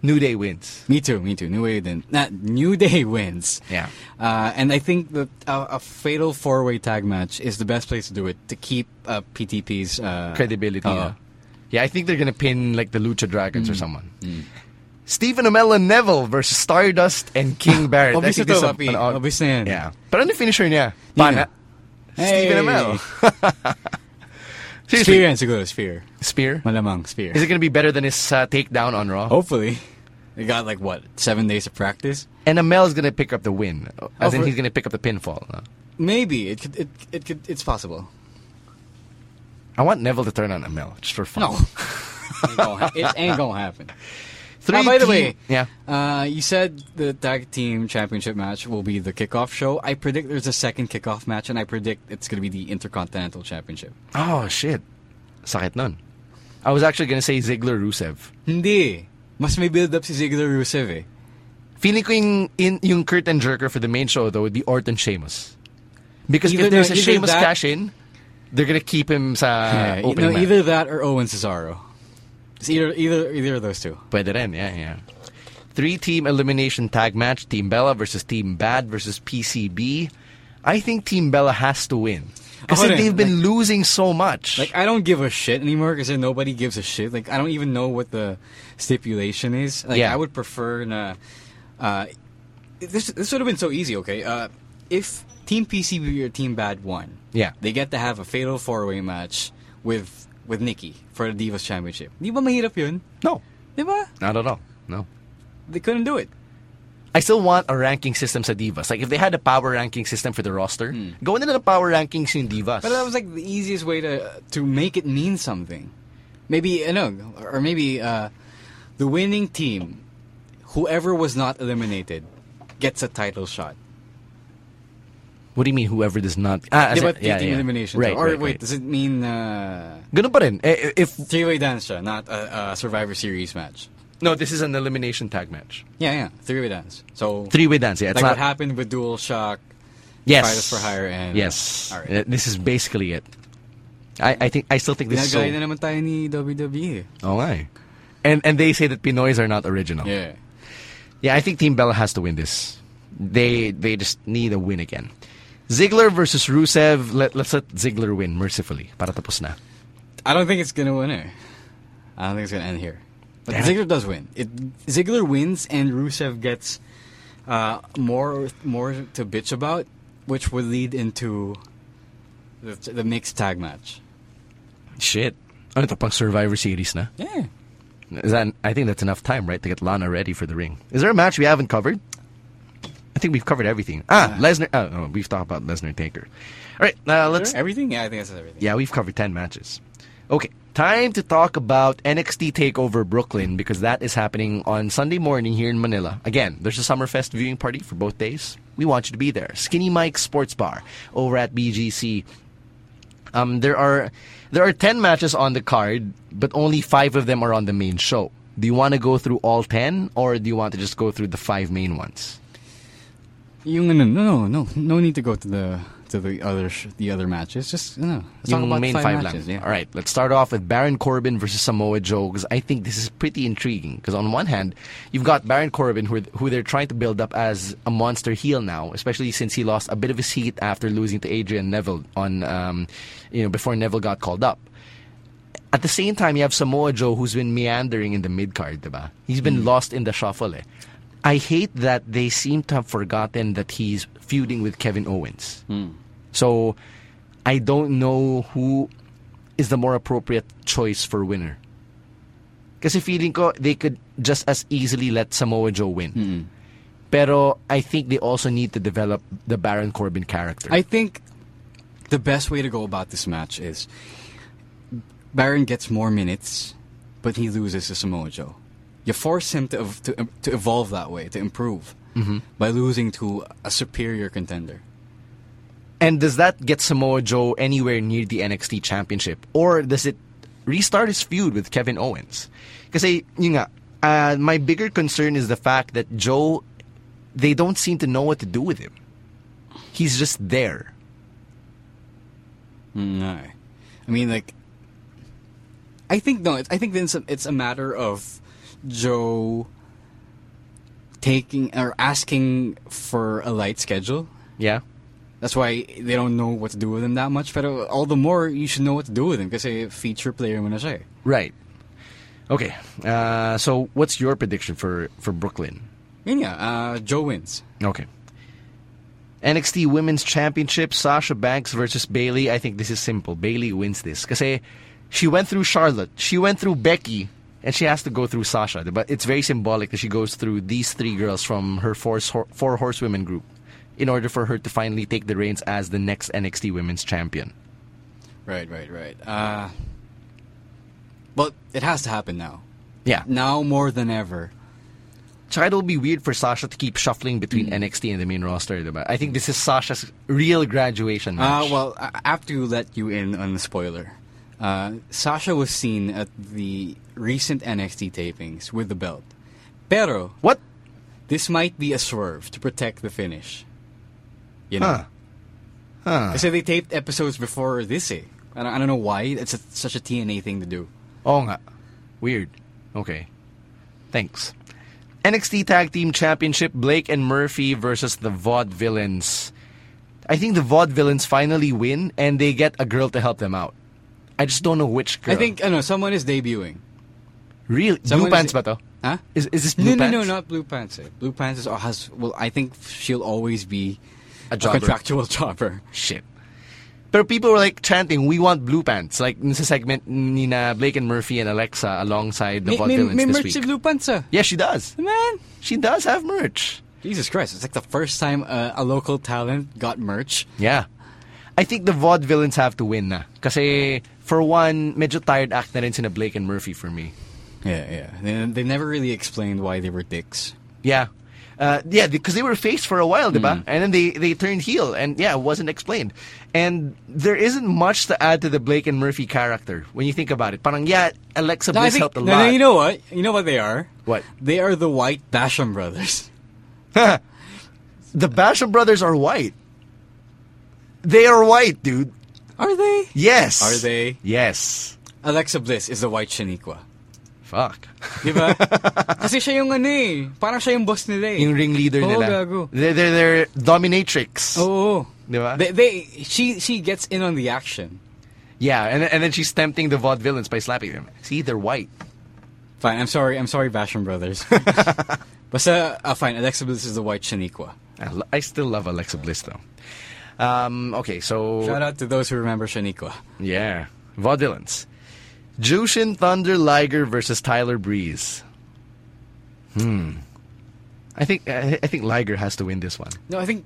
S2: New Day wins.
S3: Me too, me too. New Day then. Not New Day wins.
S2: Yeah.
S3: Uh, and I think that uh, a fatal four way tag match is the best place to do it to keep uh, PTP's uh,
S2: credibility.
S3: uh,
S2: yeah. Yeah, I think they're gonna pin like the Lucha Dragons
S3: Mm.
S2: or someone. Stephen Amell and Neville versus Stardust and King Barrett.
S3: Obvious
S2: I think this
S3: ito,
S2: is a-
S3: papi.
S2: an odd-
S3: Obvious na yan.
S2: Yeah. Pero ano yung finisher niya?
S3: Yun
S2: Pana.
S3: na. Hey!
S2: Stephen Amell. Seriously.
S3: Spear yan siguro, Spear.
S2: Spear?
S3: Malamang, Spear. Oh.
S2: Is it gonna be better than his uh, takedown on Raw?
S3: Hopefully. They got like what, seven days of practice?
S2: And Amel's gonna pick up the win, as
S3: Oh,
S2: in
S3: for-
S2: he's gonna pick up the pinfall. no?
S3: Maybe it could, it it could it's possible.
S2: I want Neville to turn on Amel just for fun.
S3: No, Ain't gonna ha- it ain't gonna happen.
S2: Three
S3: Ah, by the
S2: team-
S3: way,
S2: yeah.
S3: uh, you said the tag team championship match will be the kickoff show. I predict there's a second kickoff match, and I predict it's going to be the Intercontinental Championship.
S2: Oh shit, sakit nun. I was actually gonna say Ziggler Rusev.
S3: Hindi. Mas may build up si Ziggler Rusev eh.
S2: Feeling ko yung, in, yung curtain jerker for the main show though would be Orton Sheamus, because
S3: Either
S2: if there's
S3: na-
S2: a
S3: either
S2: Sheamus
S3: that-
S2: cash in, they're gonna keep him sa
S3: Yeah, you
S2: opening
S3: know,
S2: match.
S3: either that or Owen Cesaro. It's either either either of those two.
S2: Pwede rin, yeah, yeah. Three team elimination tag match Team Bella versus Team Bad versus PCB. I think Team Bella has to win. Kasi
S3: Ako rin,
S2: they've been losing so much.
S3: Like I don't give a shit anymore because nobody gives a shit. Like I don't even know what the stipulation is. Like
S2: Yeah.
S3: I would prefer na. Uh, this this would have been so easy. Okay, uh, if Team PCB or Team Bad won,
S2: Yeah.
S3: they get to have a fatal four way match with with Nikki for the Divas Championship. Di ba mahirap yun?
S2: no,
S3: Di ba?
S2: not at all. No.
S3: They couldn't do it.
S2: I still want a ranking system sa divas. Like if they had a power ranking system for the roster, go na lang ng power rankings yung divas.
S3: Hmm. But that was like the easiest way to to make it mean something. Maybe I know, or maybe uh, the winning team, whoever was not eliminated, gets a title shot.
S2: what do you mean whoever does not? Ah, as
S3: Di ba,
S2: in- yeah,
S3: team
S2: yeah.
S3: elimination.
S2: Right,
S3: or
S2: right,
S3: wait,
S2: right.
S3: does it mean uh,
S2: Ganun pa rin. Eh, eh, If
S3: three-way dance siya, not a, a Survivor Series match?
S2: no, this is an elimination tag match.
S3: Yeah, yeah, three-way dance. So
S2: Three-way dance. Yeah, it's
S3: like
S2: not
S3: what happened with Dual Shock.
S2: Yes.
S3: Fighters for Hire and-
S2: Yes.
S3: All right.
S2: Uh, This is basically it. I, I think I still think this is so.
S3: Nagaya na naman tayo ni E. WWE.
S2: Oh, aye. And and they say that Pinoys are not original.
S3: Yeah.
S2: Yeah, I think Team Bella has to win this. They they just need a win again. Ziggler versus Rusev. Let, let's let Ziggler win mercifully. Para tapos na.
S3: I don't think it's gonna win it. I don't think it's gonna end here. But
S2: Damn it.
S3: Ziggler does win. It Ziggler wins and Rusev gets uh, more more to bitch about, which would lead into the, the mixed tag match.
S2: Shit. Ano to pang Survivor Series na?
S3: Yeah.
S2: Is that, I think that's enough time, right, to get Lana ready for the ring. Is there a match we haven't covered? I think we've covered everything. Ah, Lesnar. Oh, no, we've talked about Lesnar and Taker. All right, now let's
S3: Everything? Yeah, I think that's everything.
S2: Yeah, we've covered 10 matches. Okay, time to talk about NXT TakeOver Brooklyn because that is happening on Sunday morning here in Manila. Again, there's a Summerfest viewing party for both days. We want you to be there. Skinny Mike Sports Bar over at BGC. Um, there are there are 10 matches on the card, but only 5 of them are on the main show. Do you want to go through all 10 or do you want to just go through the 5 main ones?
S3: Yung ano, no, no, no, no need to go to the to the other sh- the other matches. Just no. Let's talk
S2: Yung
S3: about the
S2: main
S3: five,
S2: five
S3: matches.
S2: lang.
S3: Yeah.
S2: All right, let's start off with Baron Corbin versus Samoa Joe because I think this is pretty intriguing. Because on one hand, you've got Baron Corbin who, who they're trying to build up as a monster heel now, especially since he lost a bit of his heat after losing to Adrian Neville on, um, you know, before Neville got called up. At the same time, you have Samoa Joe who's been meandering in the mid card, diba? He's been
S3: Mm.
S2: lost in the shuffle. Eh? I hate that they seem to have forgotten that he's feuding with Kevin Owens. So I don't know who is the more appropriate choice for winner. Kasi feeling ko they could just as easily let Samoa Joe win. Pero I think they also need to develop the Baron Corbin character.
S3: I think the best way to go about this match is Baron gets more minutes, but he loses to Samoa Joe. You force him to ev- to, to evolve that way, to improve by losing to a superior contender.
S2: and does that get Samoa Joe anywhere near the NXT championship or does it restart his feud with Kevin Owens? Kasi yun nga, uh, my bigger concern is the fact that Joe they don't seem to know what to do with him. He's just there.
S3: No, I mean like I think no. It's, I think then it's a, it's a matter of Joe taking or asking for a light schedule
S2: Yeah.
S3: That's why they don't know what to do with him that much. But all the more you should know what to do with him kasi feature player mo na siya. eh.
S2: Right. Okay. Uh, so, what's your prediction for for Brooklyn?
S3: Yun nga, uh, Joe wins.
S2: Okay. NXT Women's Championship: Sasha Banks versus Bailey. eh, I think this is simple. Bailey wins this because she went through Charlotte. She went through Becky. and she has to go through Sasha. But it's very symbolic that she goes through these three girls from her four, hor- four horsewomen group in order for her to finally take the reins as the next NXT Women's Champion.
S3: Right, right, right. Uh, but it has to happen now.
S2: Yeah.
S3: Now more than ever.
S2: Tsaka it'll be weird for Sasha to keep shuffling between
S3: Mm.
S2: NXT and the main roster, diba? I think this is Sasha's real graduation
S3: Uh,
S2: match.
S3: well, I I have to let you in on the spoiler. Uh, Sasha was seen at the recent NXT tapings with the belt. Pero,
S2: What?
S3: this might be a swerve to protect the finish. You know? Huh. Kasi they taped episodes before this eh. I don't, I don't know why. It's a, such a TNA thing to do.
S2: Oo nga. Weird. Okay. Thanks. NXT Tag Team Championship Blake and Murphy versus the Vaude Villains. I think the Vaude Villains finally win and they get a girl to help them out. I just don't know which girl.
S3: I think, ano, someone is debuting.
S2: Really? Blue
S3: someone
S2: Pants
S3: is-
S2: ba to?
S3: Huh?
S2: Is, is this
S3: No,
S2: Blue
S3: no,
S2: Pants?
S3: no, not Blue Pants. eh. Blue Pants is, has, well, I think she'll always be
S2: A jobber.
S3: contractual jobber.
S2: Shit. Pero people were like chanting, we want Blue Pants. Like, in sa segment ni na Blake and Murphy and Alexa alongside the
S3: May,
S2: Vaude
S3: may,
S2: Villains
S3: may
S2: this
S3: merch
S2: week.
S3: si Blue Pants ah.
S2: yeah, she does.
S3: Man!
S2: She does have merch.
S3: Jesus Christ, it's like the first time uh, a local talent got merch.
S2: Yeah. I think the VOD villains have to win na. Kasi, for one, medyo tired act na rin sina Blake and Murphy for me.
S3: Yeah, yeah. They, they never really explained why they were dicks.
S2: Yeah. Uh, yeah, because they were faced for a while, diba?
S3: Hmm.
S2: And then they, they turned heel, and yeah, it wasn't explained. And there isn't much to add to the Blake and Murphy character when you think about it. Parang, yeah, Alexa
S3: No, I
S2: Bliss
S3: think-
S2: helped a
S3: no,
S2: lot.
S3: no, you know what? You know what they are?
S2: What?
S3: They are the White Basham brothers.
S2: the Basham brothers are white. They are white, dude.
S3: Are they?
S2: Yes.
S3: Are they?
S2: Yes.
S3: Alexa Bliss is the White Shaniqua.
S2: Fuck.
S3: Diba? Kasi siya yung ano eh. Parang siya yung boss nila eh.
S2: Yung ringleader
S3: Oo,
S2: nila.
S3: gago. Oh.
S2: They're, they're, they're dominatrix.
S3: Oo.
S2: Diba?
S3: They, they, she, she gets in on the action.
S2: Yeah, and and then she's tempting the vaudevillains by slapping them. See, they're white.
S3: Fine, I'm sorry. I'm sorry, Basham brothers. Basta, uh, fine, Alexa Bliss is the White Shaniqua.
S2: I, lo- I still love Alexa Bliss though. Um, okay, so
S3: Shout out to those who remember Shaniqua.
S2: yeah, vaudevillains. villains. Jushin Thunder Liger versus Tyler Breeze. Hmm. I think I, I think Liger has to win this one.
S3: No, I think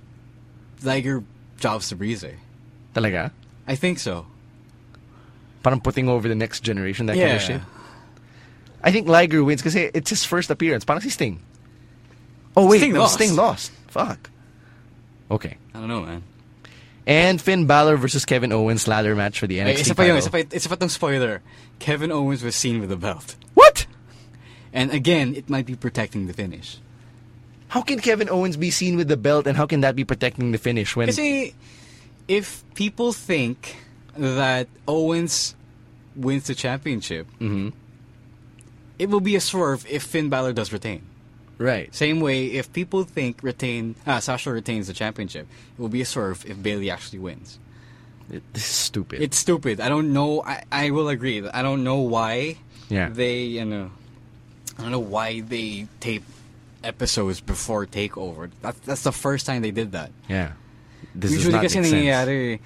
S3: Liger jobs to Breeze. eh.
S2: Talaga?
S3: I think so.
S2: Parang putting over the next generation that kind
S3: Yeah.
S2: of shit. I think Liger wins because it's his first appearance. Parang si Sting. Oh wait,
S3: Sting
S2: no,
S3: lost.
S2: Sting lost. Fuck. Okay.
S3: I don't know, man.
S2: And Finn Balor versus Kevin Owens ladder match for the NXT
S3: Ay, isa pa yun, isa
S2: title.
S3: pa, isa pa tong spoiler. Kevin Owens was seen with the belt.
S2: What?
S3: And again, it might be protecting the finish.
S2: How can Kevin Owens be seen with the belt and how can that be protecting the finish when
S3: Kasi, if people think that Owens wins the championship, it will be a swerve if Finn Balor does retain.
S2: right?
S3: Same way, if people think retain ah, Sasha retains the championship, it will be a swerve if Bailey actually wins.
S2: This is stupid.
S3: It's stupid. I don't know. I, I will agree. I don't know why
S2: Yeah.
S3: they, you know, I don't know why they tape episodes before takeover. That's that's the first time they did that.
S2: yeah. This does
S3: Usually
S2: not
S3: kasi
S2: make sense.
S3: nangyayari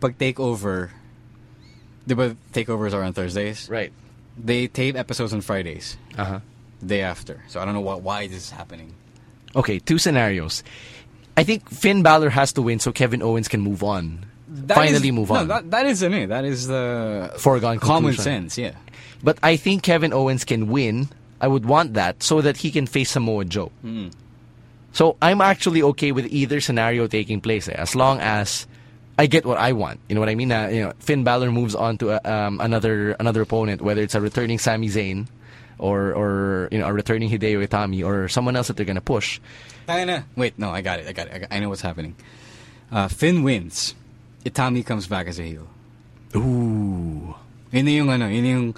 S3: pag takeover, di ba takeovers are on Thursdays?
S2: Right.
S3: They tape episodes on Fridays,
S2: Uh-huh.
S3: day after. So I don't know why, why this is happening.
S2: Okay, two scenarios. I think Finn Balor has to win so Kevin Owens can move on.
S3: That
S2: Finally
S3: is-
S2: move
S3: no,
S2: on.
S3: that, that is it. That is the
S2: Foregone
S3: common
S2: conclusion.
S3: sense, yeah.
S2: But I think Kevin Owens can win. I would want that so that he can face Samoa Joe. So I'm actually okay with either scenario taking place eh, as long as I get what I want. You know what I mean? Uh, you know, Finn Balor moves on to uh, um, another another opponent, whether it's a returning Sami Zayn or or you know a returning Hideo Itami or someone else that they're gonna push.
S3: Tayo na. Wait, no, I got it. I got it. I, got- I know what's happening. Uh, Finn wins. Itami comes back as a heel.
S2: Ooh,
S3: Yun na yung ano, yun yung,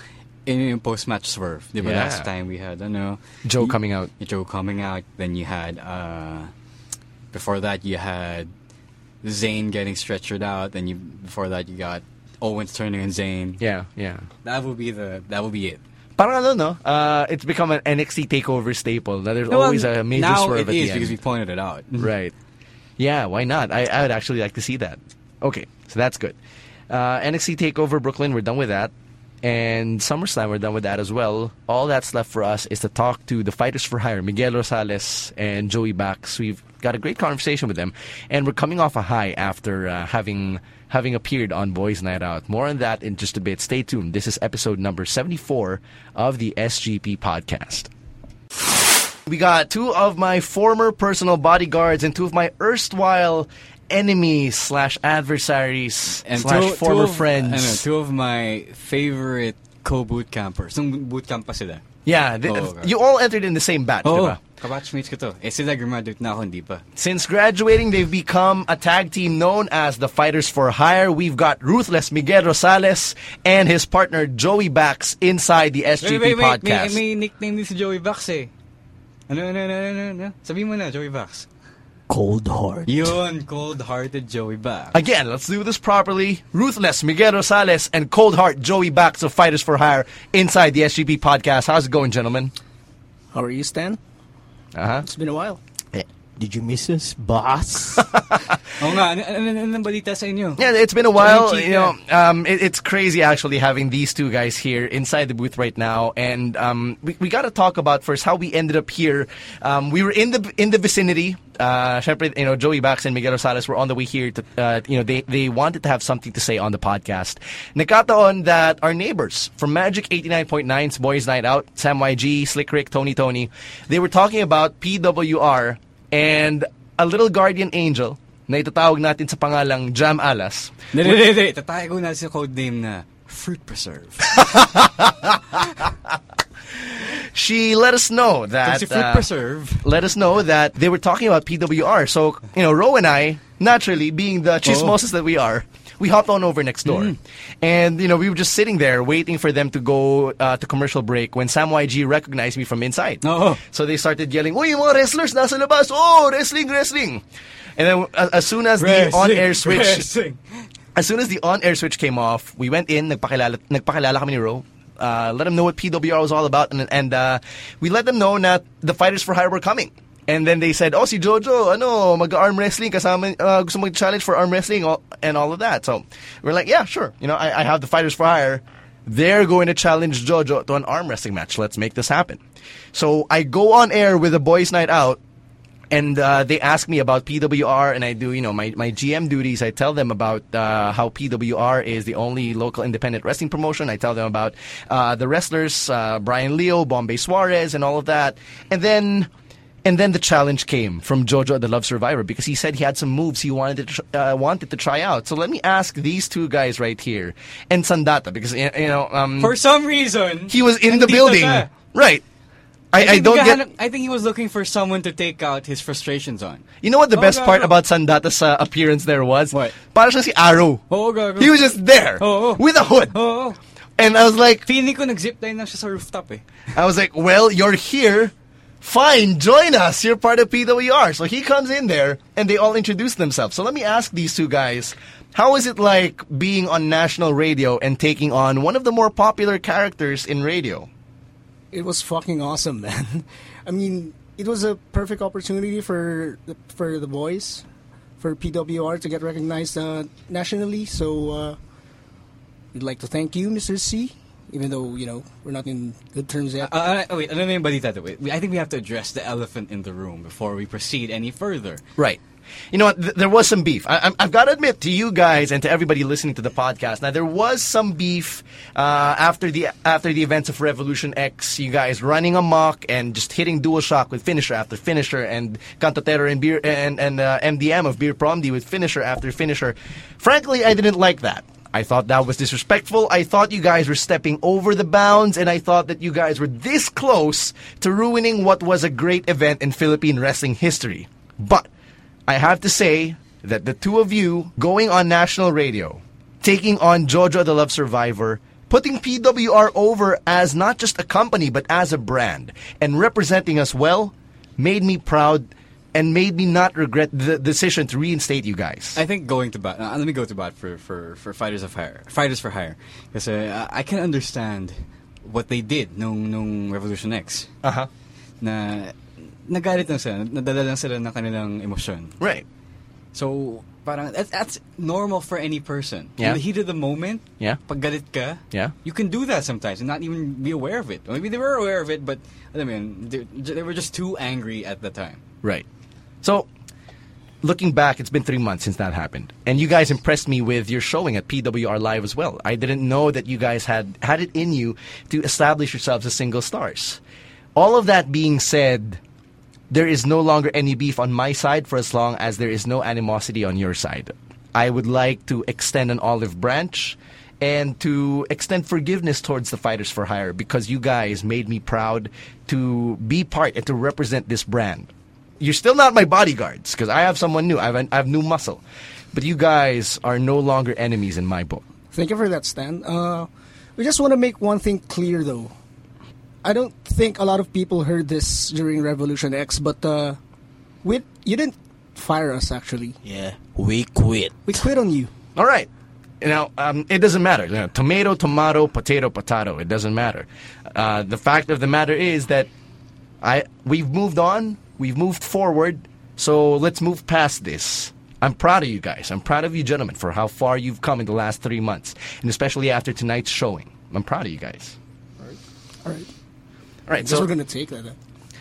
S3: yun yung post-match swerve. Di ba
S2: Yeah.
S3: last time we had, ano,
S2: Joe
S3: y-
S2: coming out.
S3: Joe coming out. Then you had, uh, before that you had Zayn getting stretchered out. Then you, before that you got Owens turning on Zayn.
S2: Yeah, yeah.
S3: That will be the, that will be it.
S2: Parang ano, no? Uh, it's become an NXT takeover staple. That there's always a major
S3: now
S2: swerve
S3: it
S2: at
S3: is
S2: the
S3: because we
S2: end.
S3: pointed it out.
S2: right. Yeah, why not? I, I would actually like to see that. Okay, so that's good. Uh, NXT takeover Brooklyn. We're done with that. And SummerSlam, we're done with that as well. All that's left for us is to talk to the fighters for hire, Miguel Rosales and Joey Bax. We've got a great conversation with them, and we're coming off a high after uh, having having appeared on Boys Night Out. More on that in just a bit. Stay tuned. This is episode number seventy four of the SGP podcast. We got two of my former personal bodyguards and two of my erstwhile enemies slash adversaries slash
S3: two- two
S2: former
S3: of-
S2: friends.
S3: Ano, two of my favorite co-boot campers. Nung boot camp pa sila.
S2: Yeah, th-
S3: Oo, Oh, okay. Oh.
S2: you all entered in the same batch,
S3: Oo,
S2: diba?
S3: kabatchmates ko to. Eh sila graduate na ako, hindi pa.
S2: Since graduating, they've become a tag team known as the Fighters for Hire. We've got Ruthless Miguel Rosales and his partner Joey Bax inside the SGP podcast.
S3: May, may nickname din si Joey Vax eh. Ano, ano, ano, ano, ano? Sabihin mo na, Joey Vax.
S4: Cold heart.
S3: Yun, cold-hearted Joey Vax.
S2: Again, let's do this properly. Ruthless Miguel Rosales and Cold Heart Joey Bax of Fighters for Hire inside the SGP podcast. How's it going, gentlemen?
S4: How are you, Stan?
S5: Uh-huh.
S2: Uh huh.
S4: It's been a while. Eh, Did you miss us, boss?
S3: Oo nga, ano, ano, ano, ano ang balita sa inyo?
S2: Yeah, it's been a while.
S3: Chika.
S2: You know, um, it, it's crazy actually having these two guys here inside the booth right now, and um, we, we got to talk about first how we ended up here. Um, we were in the in the vicinity. Uh, syempre, you know, Joey Bax and Miguel Rosales were on the way here. To, uh, you know, they they wanted to have something to say on the podcast. Nakataon that our neighbors from Magic 89.9's Boys Night Out, Sam YG, Slick Rick, Tony Tony, they were talking about PWR and a little guardian angel na itatawag natin sa pangalang Jam Alas.
S3: Hindi, hindi, hindi. Tatay ko na sa codename na Fruit Preserve.
S2: She let us know that
S3: Kasi Fruit
S2: uh,
S3: Preserve.
S2: let us know that they were talking about PWR. So you know, Ro and I, naturally being
S3: Oh.
S2: the chismoses that we are, we hopped on over next door,
S3: Mm-hmm.
S2: and you know, we were just sitting there waiting for them to go uh, to commercial break when Sam YG recognized me from inside.
S3: Oo.
S2: So they started yelling, "Uy, yung mga wrestlers nasa labas! Oh, wrestling, wrestling!" And then uh, as soon as the on-air switch,
S3: Wrestling.
S2: As soon as the on-air switch came off, we went in, nagpakilala, nagpakilala kami ni Ro. Uh, let them know what PWR was all about, and, and uh, we let them know na the fighters for hire were coming. And then they said, oh, si Jojo, ano, mag-arm wrestling, kasama, uh, gusto mag-challenge for arm wrestling, all, and all of that. So we're like, yeah, sure. You know, I, I have the fighters for hire. They're going to challenge Jojo to an arm wrestling match. Let's make this happen. So I go on air with a boys' night out, and uh, they ask me about PWR, and I do, you know, my, my GM duties. I tell them about uh, how PWR is the only local independent wrestling promotion. I tell them about uh, the wrestlers, uh, Brian Leo, Bombay Suarez, and all of that. And then, and then the challenge came from Jojo the Love Survivor because he said he had some moves he wanted to tr- uh, wanted to try out. So let me ask these two guys right here and Sandata because you you know um,
S3: For some reason,
S2: he was in the
S3: nandito
S2: building,
S3: siya.
S2: right? I, I
S3: think
S2: don't get.
S3: naghahanap- I think he was looking for someone to take out his frustrations on.
S2: You know what the
S3: Oh,
S2: best
S3: gago.
S2: part about Sandata's uh, appearance there was?
S3: What? Oh,
S2: Parang siya si Arrow.
S3: Oo, gago.
S2: He was just there
S3: Oo.
S2: with a hood.
S3: Oo.
S2: And I was like
S3: Feeling ko nag-zipline lang siya sa rooftop eh.
S2: I was like, "Well, you're here. Fine, join us. You're part of PWR." So he comes in there and they all introduce themselves. So let me ask these two guys, how is it like being on national radio and taking on one of the more popular characters in radio?
S4: it was fucking awesome, man. I mean, it was a perfect opportunity for the, for the boys, for PWR to get recognized uh, nationally. So, uh, we'd like to thank you, Mr. C. Even though you know we're not in good terms yet.
S3: Uh, uh, wait, ano na yung balita to? Wait, we- I think we have to address the elephant in the room before we proceed any further.
S2: Right. You know what? Th- there was some beef. I- I- I've got to admit to you guys and to everybody listening to the podcast. Now there was some beef uh, after the after the events of Revolution X. You guys running amok and just hitting DualShock with finisher after finisher, and Cantotero and beer and and uh, MDM of Beer Promdi with finisher after finisher. Frankly, I didn't like that. I thought that was disrespectful. I thought you guys were stepping over the bounds, and I thought that you guys were this close to ruining what was a great event in Philippine wrestling history. But I have to say that the two of you going on national radio, taking on Jojo the Love Survivor, putting PWR over as not just a company but as a brand, and representing us well, made me proud and made me not regret the decision to reinstate you guys.
S3: I think going to bat. Uh, let me go to bat for, for, for fighters of hire, fighters for hire, because uh, I can understand what they did nung nung Revolution X.
S2: Uh-huh.
S3: Na nagalit lang sila, nadala lang sila ng kanilang emosyon.
S2: Right.
S3: So parang that's, that's normal for any person.
S2: Yeah.
S3: In the heat of the moment,
S2: Yeah.
S3: pag galit ka,
S2: Yeah.
S3: you can do that sometimes and not even be aware of it. Maybe they were aware of it, but I mean, they, they were just too angry at the time.
S2: Right. So, looking back, it's been three months since that happened, and you guys impressed me with your showing at PWR Live as well. I didn't know that you guys had had it in you to establish yourselves as single stars. All of that being said, there is no longer any beef on my side for as long as there is no animosity on your side. I would like to extend an olive branch and to extend forgiveness towards the fighters for hire because you guys made me proud to be part and to represent this brand. You're still not my bodyguards because I have someone new. I have, I have new muscle. But you guys are no longer enemies in my book.
S4: Thank you for that, Stan. Uh, we just want to make one thing clear, though. I don't think a lot of people heard this during Revolution X, but uh, we you didn't fire us actually.
S5: Yeah, we quit.
S4: We quit on you.
S2: All right. Now, um, it doesn't matter. You know, tomato, tomato, potato, potato. It doesn't matter. Uh, the fact of the matter is that I we've moved on. We've moved forward. So let's move past this. I'm proud of you guys. I'm proud of you gentlemen for how far you've come in the last three months, and especially after tonight's showing. I'm proud of you guys.
S4: All right.
S2: All right.
S4: Guess
S2: So
S4: we're gonna take that. uh. huh?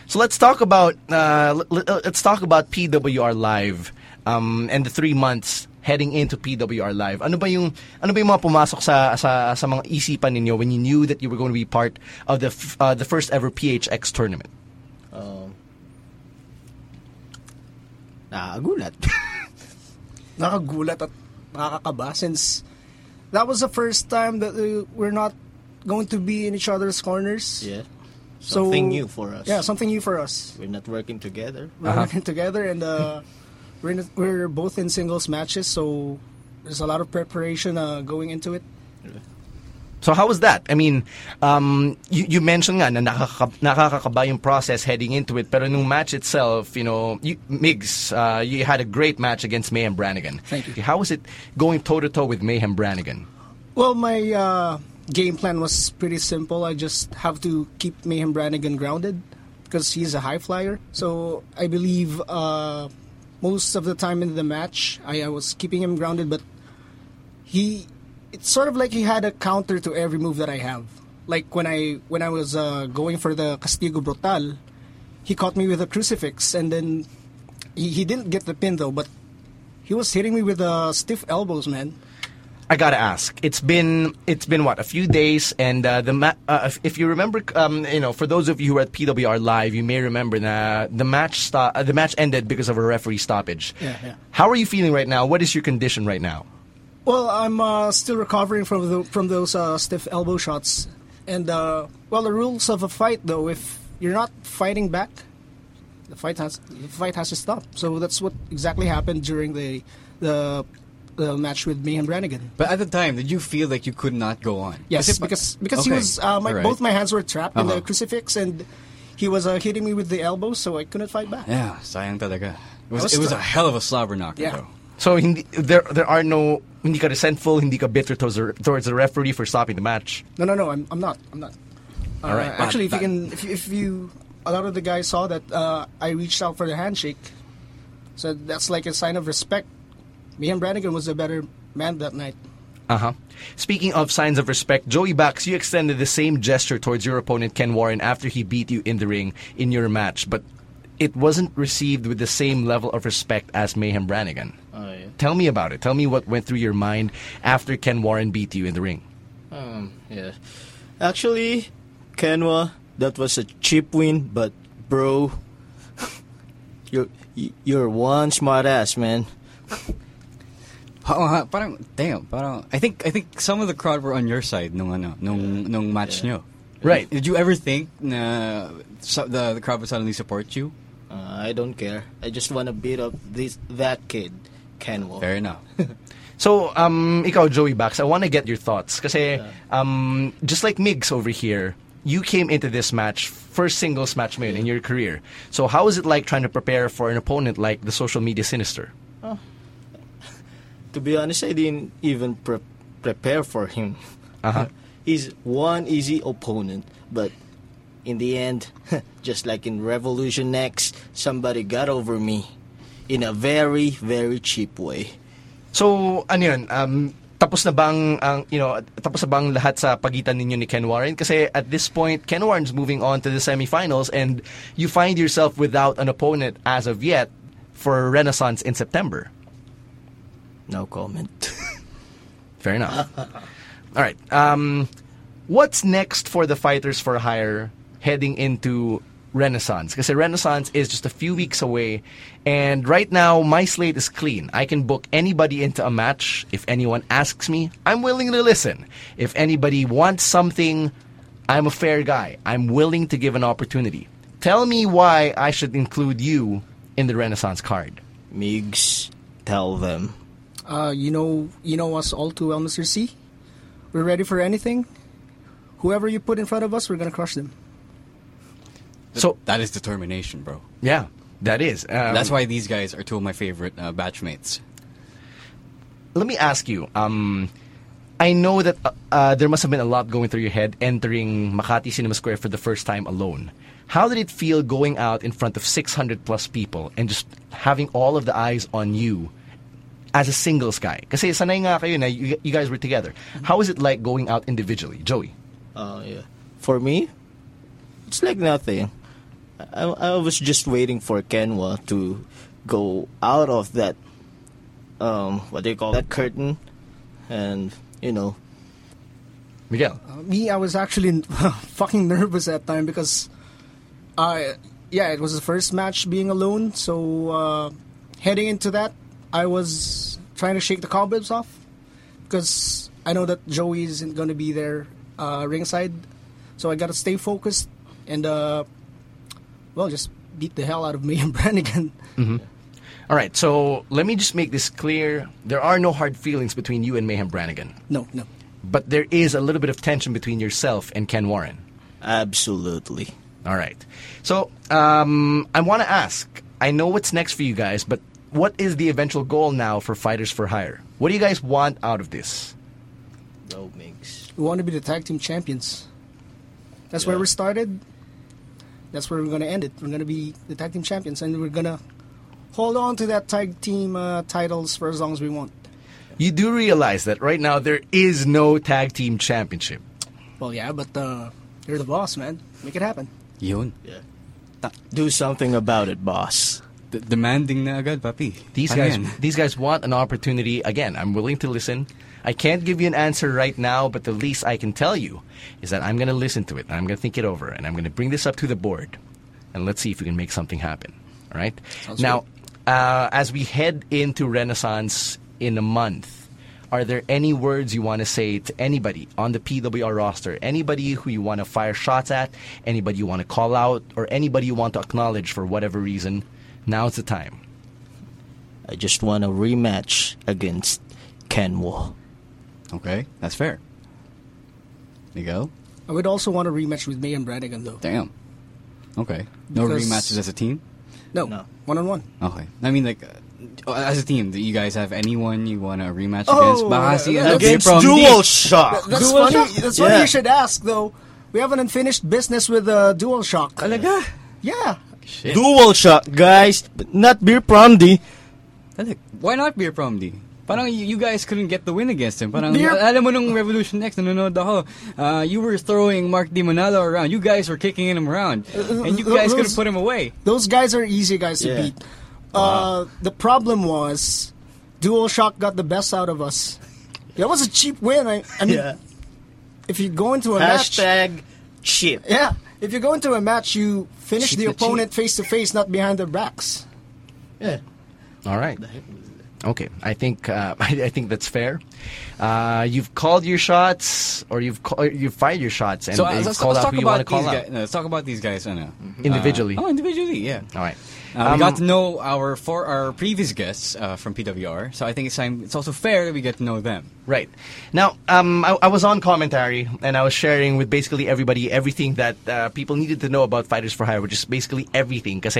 S2: so let's talk about uh, l- l- let's talk about PWR Live um, and the three months heading into PWR Live. Ano ba yung ano ba yung mga pumasok sa sa sa mga isipan ninyo when you knew that you were going to be part of the f- uh, the first ever PHX tournament?
S5: Nakagulat.
S4: Nakagulat at nakakaba since that was the first time that uh, we're not going to be in each other's corners.
S5: yeah.
S4: So-
S5: Something new for us.
S4: Yeah, something new for us.
S5: We're not working together.
S4: We're working together, and uh, we're in, we're both in singles matches, so there's a lot of preparation uh, going into it.
S2: So how was that? I mean, um, you, you mentioned nga na nakaka- nakakakaba yung process heading into it. Pero nung match itself, you know, you, Migs, uh, you had a great match against Mayhem Branigan.
S4: Thank you.
S2: How was it going toe-to-toe with Mayhem Branigan?
S4: Well, my uh, game plan was pretty simple. I just have to keep Mayhem Branigan grounded because he's a high flyer. So I believe uh, most of the time in the match, I, I was keeping him grounded, but he. It's sort of like he had a counter to every move that I have. Like when I when I was uh, going for the Castigo Brutal, he caught me with a crucifix, and then he, he didn't get the pin though. But he was hitting me with uh, stiff elbows, man.
S2: I gotta ask. It's been it's been what a few days, and uh, the ma- uh, if, if you remember, um, you know, for those of you who are at PWR live, you may remember that the match sto- uh, the match ended because of a referee stoppage.
S4: Yeah, yeah.
S2: How are you feeling right now? What is your condition right now?
S4: Well, I'm uh, still recovering from the, from those uh, stiff elbow shots, and uh, well, the rules of a fight though, if you're not fighting back, the fight has the fight has to stop. So that's what exactly happened during the the, the match with me and Brannigan.
S3: But at the time, did you feel like you could not go on?
S4: Yes,
S3: Kasi pa-
S4: because because he
S3: Okay.
S4: was uh, my,
S3: Alright.
S4: both my hands were trapped in the
S3: Uh-huh.
S4: crucifix, and he was uh, hitting me with the elbow, so I couldn't fight back.
S3: Yeah, sayang talaga. It was,
S4: was
S3: it was a
S4: struck.
S3: hell of a slobber knocker,
S4: Yeah.
S3: though.
S2: So hindi, there there are no hindi ka resentful, hindi ka bitter towards the, towards the referee for stopping the match.
S4: No, no, no. I'm, I'm not. I'm not. Uh,
S2: All right.
S4: Actually, if you
S3: Bad,
S4: can, if you, if you, a lot of the guys saw that uh, I reached out for the handshake, so that's like a sign of respect. Me and Brannigan was a better man that night.
S2: Uh huh. Speaking of signs of respect, Joey Bax, you extended the same gesture towards your opponent Ken Warren after he beat you in the ring in your match, but it wasn't received with the same level of respect as Mayhem Branigan.
S5: Oh, yeah.
S2: Tell me about it. Tell me what went through your mind after Ken Warren beat you in the ring.
S5: Um, yeah. Actually, Kenwa, that was a cheap win, but bro, you're you're one smart ass, man.
S3: Oo nga, parang, damn, parang, I think, I think some of the crowd were on your side nung, ano, nung, nung match nyo.
S2: Right.
S3: Did you ever think na so, the, the crowd would suddenly support you?
S5: Uh, I don't care. I just wanna beat up this that kid, Kenwa.
S3: Fair enough.
S2: So, um, ikaw, Joey Bax, I want to get your thoughts. Kasi, um, just like Migs over here, you came into this match, first singles match mo yun in your career. So, how is it like trying to prepare for an opponent like the social media sinister?
S5: To be honest, I didn't even pre- prepare for him. Uh-huh. He's one easy opponent, but in the end, just like in Revolution X, somebody got over me in a very, very cheap way.
S2: So, ano yun, um, tapos na bang ang you know tapos na bang lahat sa pagitan ninyo ni Ken Warren kasi at this point Ken Warren's moving on to the semifinals and you find yourself without an opponent as of yet for Renaissance in September.
S5: No comment.
S2: Fair enough. All right. Um, what's next for the fighters for hire heading into Renaissance? Because Renaissance is just a few weeks away, and right now my slate is clean. I can book anybody into a match. If anyone asks me, I'm willing to listen. If anybody wants something, I'm a fair guy. I'm willing to give an opportunity. Tell me why I should include you in the Renaissance card.
S5: Migs, tell them.
S4: Uh, you know, you know us all too well, Mr. C. We're ready for anything. Whoever you put in front of us, we're gonna crush them.
S2: So
S3: That is determination, bro.
S2: yeah, that is. Um,
S3: That's why these guys are two of my favorite uh, batchmates.
S2: let me ask you. Um, I know that uh, uh, there must have been a lot going through your head entering Makati Cinema Square for the first time alone. How did it feel going out in front of 600 plus people and just having all of the eyes on you as a singles guy? Kasi sanay nga kayo na you, you guys were together. How is it like going out individually, Joey?
S5: Uh, yeah. For me, it's like nothing. I, I was just waiting for Kenwa to go out of that, um, what do you call that curtain, and you know,
S2: Miguel,
S4: me, I was actually fucking nervous that time because, uh, yeah, it was the first match being alone. So uh, heading into that, I was trying to shake the cobwebs off because I know that Joey isn't going to be there uh, ringside. So I got to stay focused and, uh, well, just beat the hell out of me and Brannigan.
S2: all right. So let me just make this clear: there are no hard feelings between you and Mayhem Brannigan,
S4: No, no.
S2: but there is a little bit of tension between yourself and Ken Warren.
S5: absolutely.
S2: All right. So um, I want to ask. I know what's next for you guys, but what is the eventual goal now for Fighters for Hire? What do you guys want out of this?
S5: No Migs.
S4: We want to be the tag team champions. That's
S5: Yeah.
S4: where we started. That's where we're going to end it. We're going to be the tag team champions, and we're going to hold on to that tag team uh, titles for as long as we want.
S2: You do realize that right now there is no tag team championship.
S4: Well, yeah, but uh, you're the boss, man. Make it happen.
S3: Yun.
S5: Yeah. Do something about it, boss.
S3: D- demanding na agad, papi.
S2: These
S3: Ano
S2: guys,
S3: yan?
S2: these guys want an opportunity. Again, I'm willing to listen. I can't give you an answer right now, but the least I can tell you is that I'm going to listen to it and I'm going to think it over and I'm going to bring this up to the board and let's see if we can make something happen. All right. now, uh, as we head into Renaissance in a month, are there any words you want to say to anybody on the PWR roster? Anybody who you want to fire shots at? Anybody you want to call out? Or anybody you want to acknowledge for whatever reason? Now's the time.
S5: I just want a rematch against Kenwa.
S3: Okay, that's fair. Miguel?
S4: I would also want a rematch with May and Brannigan, though.
S3: Damn. Okay. No
S4: Because-
S3: rematches as a team?
S4: No,
S5: No.
S4: one on one.
S3: Okay. I mean, like, uh, as a team, do you guys have anyone you want to rematch
S4: Oh,
S3: against? Baka si, uh, ano,
S5: uh, Against
S3: Jay Promdi.
S5: Dual Shock.
S4: That's
S3: Dual
S4: funny.
S3: Shock?
S4: That's funny.
S5: Yeah.
S4: You should ask, though. We have an unfinished business with uh, Dual Shock.
S3: Talaga?
S4: Yeah.
S5: Dual Shock, guys, but not Beer Promdi.
S3: Talaga. Why not Beer Promdi? Parang y- you guys couldn't get the win against him. Parang,
S4: Beer-
S3: alam mo nung Revolution X, nanonood ako, uh, you were throwing Mark Di Manalo around. You guys were kicking him around. And you guys couldn't put him away.
S4: Those guys are easy guys to
S5: Yeah.
S4: beat. Uh, the problem was DualShock got the best out of us. That was a cheap win. I, I mean,
S5: Yeah.
S4: if you go into a match,
S5: Hashtag chip.
S4: yeah, if you go into a match, you finish
S5: Cheap
S4: the
S5: na cheap.
S4: opponent face to face, not behind their backs.
S5: Yeah.
S2: All right. Okay, I think uh, I, I think that's fair. Uh, you've called your shots, or you've ca- you've fired your shots, and
S3: So uh,
S2: you've
S3: let's,
S2: called
S3: let's
S2: out
S3: talk
S2: who you want to
S3: about
S2: call
S3: these
S2: out
S3: guys. No, let's talk about these guys. Ano, uh,
S2: individually.
S3: oh, individually, yeah.
S2: All right.
S3: Uh, we
S2: Um,
S3: got to know our four, our previous guests uh, from PWR, so I think it's time. It's also fair that we get to know them.
S2: Right. Now, um, I, I was on commentary and I was sharing with basically everybody everything that uh, people needed to know about Fighters for Hire, which is basically everything. Because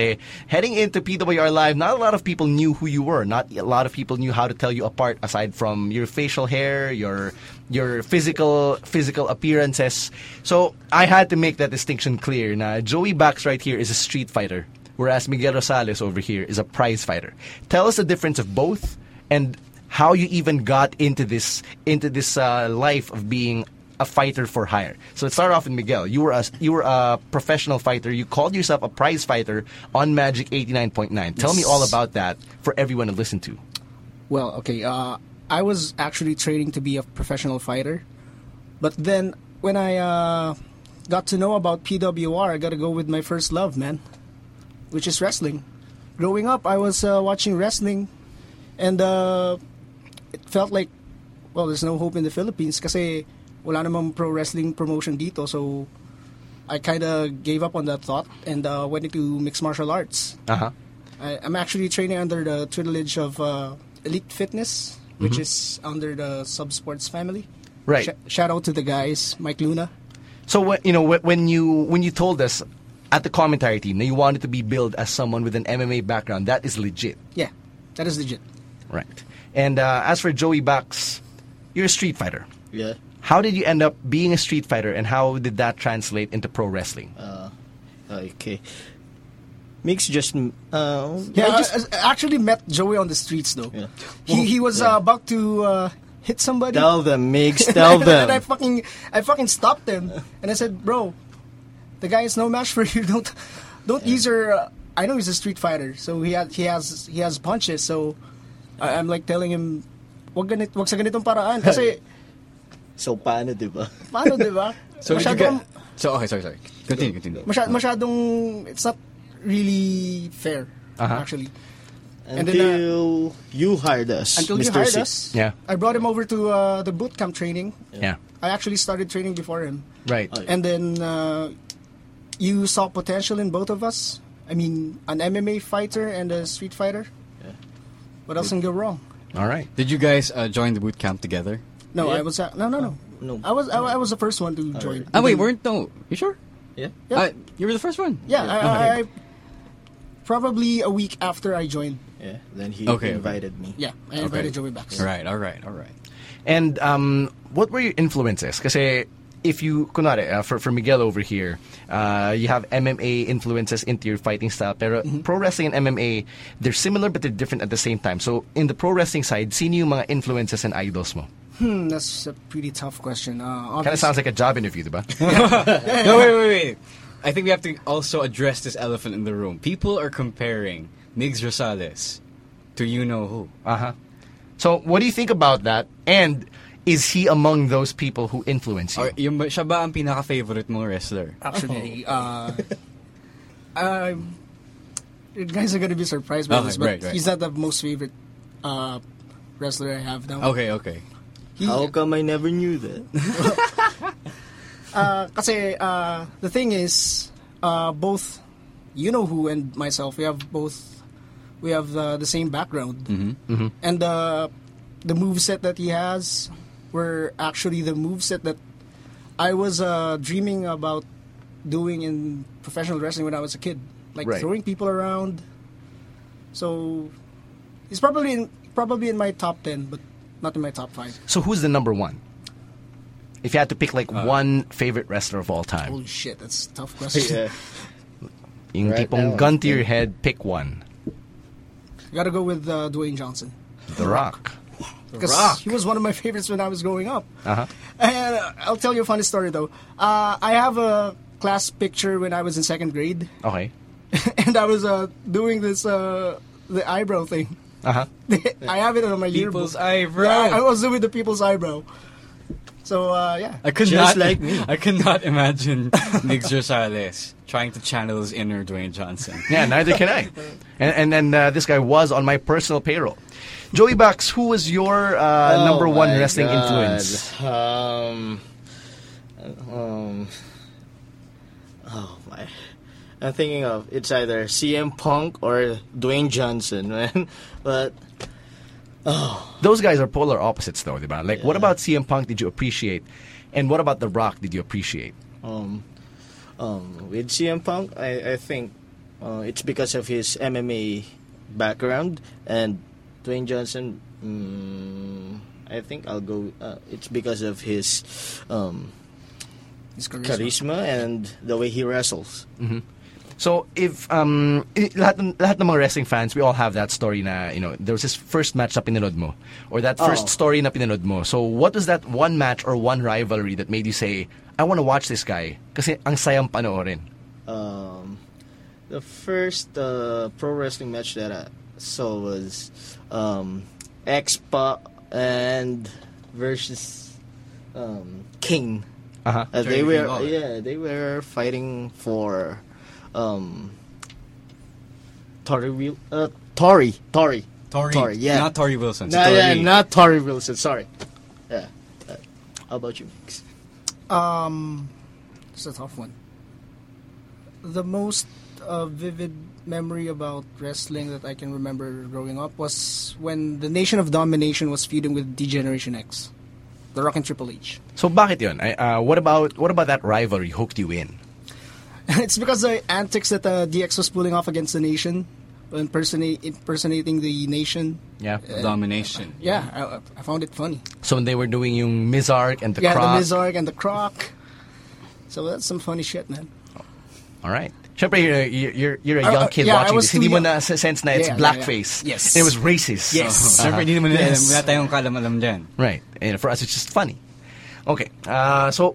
S2: heading into PWR Live, not a lot of people knew who you were. Not a lot of people knew how to tell you apart aside from your facial hair, your your physical physical appearances. So I had to make that distinction clear. Now, Joey Bax right here is a street fighter, whereas Miguel Rosales over here is a prize fighter. Tell us the difference of both and how you even got into this into this uh, life of being a fighter for hire. So let's start off with Miguel. You were a you were a professional fighter. You called yourself a prize fighter on Magic 89.9. Tell me all about that for everyone to listen to.
S4: Well, okay. Uh, I was actually training to be a professional fighter, but then when I uh, got to know about PWR, I got to go with my first love, man, which is wrestling. Growing up, I was uh, watching wrestling, and uh, it felt like, well, there's no hope in the Philippines kasi wala namang pro wrestling promotion dito, so I kind of gave up on that thought and uh, went into mixed martial arts.
S2: Uh huh.
S4: I, I'm actually training under the tutelage of uh, Elite Fitness, which
S5: Mm-hmm.
S4: is under the Subsports family.
S2: Right.
S4: shout out to the guys, Mike Luna.
S2: So what you know wh- when you when you told us at the commentary team that you wanted to be billed as someone with an MMA background, that is legit,
S4: Yeah, that is legit.
S2: right? And uh, as for Joey Bucks, you're a street fighter.
S5: Yeah.
S2: How did you end up being a street fighter, and how did that translate into pro wrestling?
S5: Okay. Mix just. m- Uh,
S4: Yeah, I,
S5: I just.
S4: I actually met Joey on the streets though.
S5: Yeah.
S4: He, he was uh, about to uh, hit somebody.
S5: Tell them, Mix. Tell them.
S4: and I fucking I fucking stopped him and I said, "Bro, the guy is no match for you. Don't don't use your. Uh, I know he's a street fighter, so he has he has he has punches. So I, I'm like telling him, wag ganit wag sa ganitong paraan kasi
S5: So paano, di ba?
S4: paano, 'di ba?
S3: So did you
S4: Masyadong-
S3: get? So okay, sorry, sorry. Continue, continue.
S4: masya- masyadong it's not really fair actually. And then, uh,
S5: Until you hired us,
S4: Until
S5: Mr.
S4: you hired
S5: Six.
S4: us,
S2: Yeah.
S4: I brought him over to uh, the boot camp training.
S2: Yeah,
S4: I actually started training before him.
S2: right.
S4: And then uh, you saw potential in both of us. I mean, an MMA fighter and a street fighter. What else can go wrong?
S2: All right.
S3: Did you guys uh, join the boot camp together?
S4: No, I was uh, no, no, no.
S5: no.
S4: I was I, I was the first one to join.
S3: Ah, wait, weren't no. You sure?
S5: Yeah.
S3: Uh,
S4: Yeah.
S3: you were the first one.
S4: Yeah, I, I, I
S3: Okay.
S4: probably a week after I joined.
S5: Yeah. Then he
S3: Okay, okay.
S5: invited me.
S4: Yeah, I invited Joey back.
S3: All right, all right, all right.
S2: And um, what were your influences? Kasi if you, kunwari, uh, for, for Miguel over here, uh, you have MMA influences into your fighting style. Pero pro wrestling and MMA, they're similar but they're different at the same time. So in the pro wrestling side, sino yung mga influences and idols mo?
S4: Hmm, that's a pretty tough question. Uh,
S2: Kind of
S4: obvious-
S2: sounds like a job interview, diba?
S3: no, wait, wait, wait. I think we have to also address this elephant in the room. People are comparing Migs Rosales to you know who.
S4: Ah.
S2: uh-huh. So what do you think about that? And is he among those people who influence you?
S3: Or yung ba, siya ba ang pinaka-favorite mong wrestler?
S4: Ah. actually. Uh, um, you guys are gonna be surprised by
S3: Okay,
S4: this, but
S3: Oh, right, right.
S4: he's not the most favorite uh, wrestler I have now.
S3: Okay, okay.
S4: He,
S5: How come I never knew that?
S4: uh, kasi, uh, the thing is, uh, both you know who and myself, we have both, we have the, the same background, and uh, the moveset that he has were actually the moveset that I was uh, dreaming about doing in professional wrestling when I was a kid, like
S2: Right.
S4: throwing people around. So he's probably in, probably in my top ten, but not in my top five.
S2: So who's the number one? If you had to pick like
S5: Uh,
S2: one favorite wrestler of all time,
S4: Holy shit, that's a tough question.
S5: yeah.
S2: yung
S5: Right now,
S2: tipong
S5: I
S2: gun to your
S5: think-
S2: head, pick one.
S4: Gotta go with uh, Dwayne Johnson.
S2: The Rock.
S4: Because he was one of my favorites when I was growing up.
S2: Uh-huh.
S4: And uh, I'll tell you a funny story though. Uh, I have a class picture when I was in second grade,
S2: Okay.
S4: and I was uh, doing this uh, the eyebrow thing.
S2: Uh-huh.
S4: I have it on my
S3: People's
S4: yearbook.
S3: eyebrow.
S4: Yeah, I was doing the people's eyebrow. So uh, yeah,
S3: I could not
S5: Just like me.
S3: I could not imagine Migs Rosales trying to channel his inner Dwayne Johnson.
S2: Yeah, neither can I. And and then uh, this guy was on my personal payroll. Joey Bucks, who was your uh,
S5: Oh
S2: number one
S5: my
S2: wrestling
S5: God.
S2: influence?
S5: Um, um, oh my. I'm thinking of it's either CM Punk or Dwayne Johnson, man. But
S2: Those guys are polar opposites, though, diba? Like, what about CM Punk? Did you appreciate? And what about The Rock? Did you appreciate?
S5: um, um, with CM Punk, I, I think uh, it's because of his MMA background and Dwayne Johnson. Mm, I think I'll go. Uh, it's because of his um,
S4: it's charisma.
S5: charisma and the way he wrestles.
S2: So if um i- lahat ng, lahat ng mga wrestling fans, we all have that story na, you know, there was this first match na pinanood mo or that
S4: Oh.
S2: first story na pinanood mo. So what was that one match or one rivalry that made you say, I want to watch this guy kasi ang sayang panoorin.
S5: um, the first uh, pro wrestling match that I saw was um, X Pac and versus um, King.
S2: Uh-huh.
S5: Uh,
S3: Jerry
S5: they
S3: King
S5: were
S3: Lawler.
S5: yeah, they were fighting for um, Tory Wil- uh, Tory Tory
S3: Tori,
S5: Tory yeah
S3: not Tori Wilson.
S5: no,
S3: Tori.
S5: yeah, not Tory Wilson sorry yeah. Uh, how about you? Mix?
S4: Um, it's a tough one. The most uh, vivid memory about wrestling that I can remember growing up was when the Nation of Domination was feuding with Degeneration X, The Rock and Triple H.
S2: So bakit 'yun? I- uh, what about what about that rivalry hooked you in?
S4: it's because the antics that uh, DX was pulling off against the Nation, impersonate, impersonating the Nation.
S2: Yeah.
S3: Domination.
S4: Yeah, I, I found it funny.
S2: So when they were doing yung Mizark and the
S4: yeah,
S2: Croc.
S4: the Mizarg and the Croc. So that's some funny shit, man.
S2: All right. Siyempre, you're, you're, you're a
S4: Uh,
S2: young
S4: uh,
S2: kid
S4: yeah, I
S2: watching
S4: was
S2: this. Hindi
S4: too
S2: mo
S4: young.
S2: na sa- sense na it's
S4: Yeah, yeah,
S2: blackface.
S4: yeah. Yes.
S2: And it was racist.
S4: Yes.
S2: Uh-huh.
S3: Siyempre, hindi naman nila
S4: Yes.
S3: alam. Wala tayong kalam-alam dyan.
S2: Right. And for us, it's just funny. Okay. Uh, so,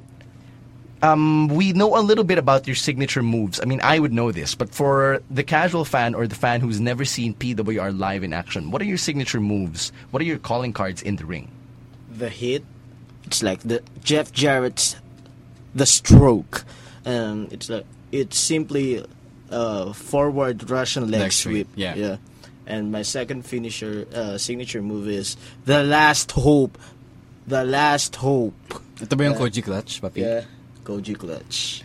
S2: um, we know a little bit about your signature moves. I mean, I would know this, but for the casual fan or the fan who's never seen PWR live in action, what are your signature moves? What are your calling cards in the ring?
S5: the hit. It's like the Jeff Jarrett's the stroke, and it's like it's simply a forward Russian leg,
S3: Leg sweep,
S5: sweep.
S3: yeah.
S5: And my second finisher uh, signature move is the last hope, the last hope.
S3: Ito ba yung Koji Clutch, papi?
S5: Yeah, Koji clutch.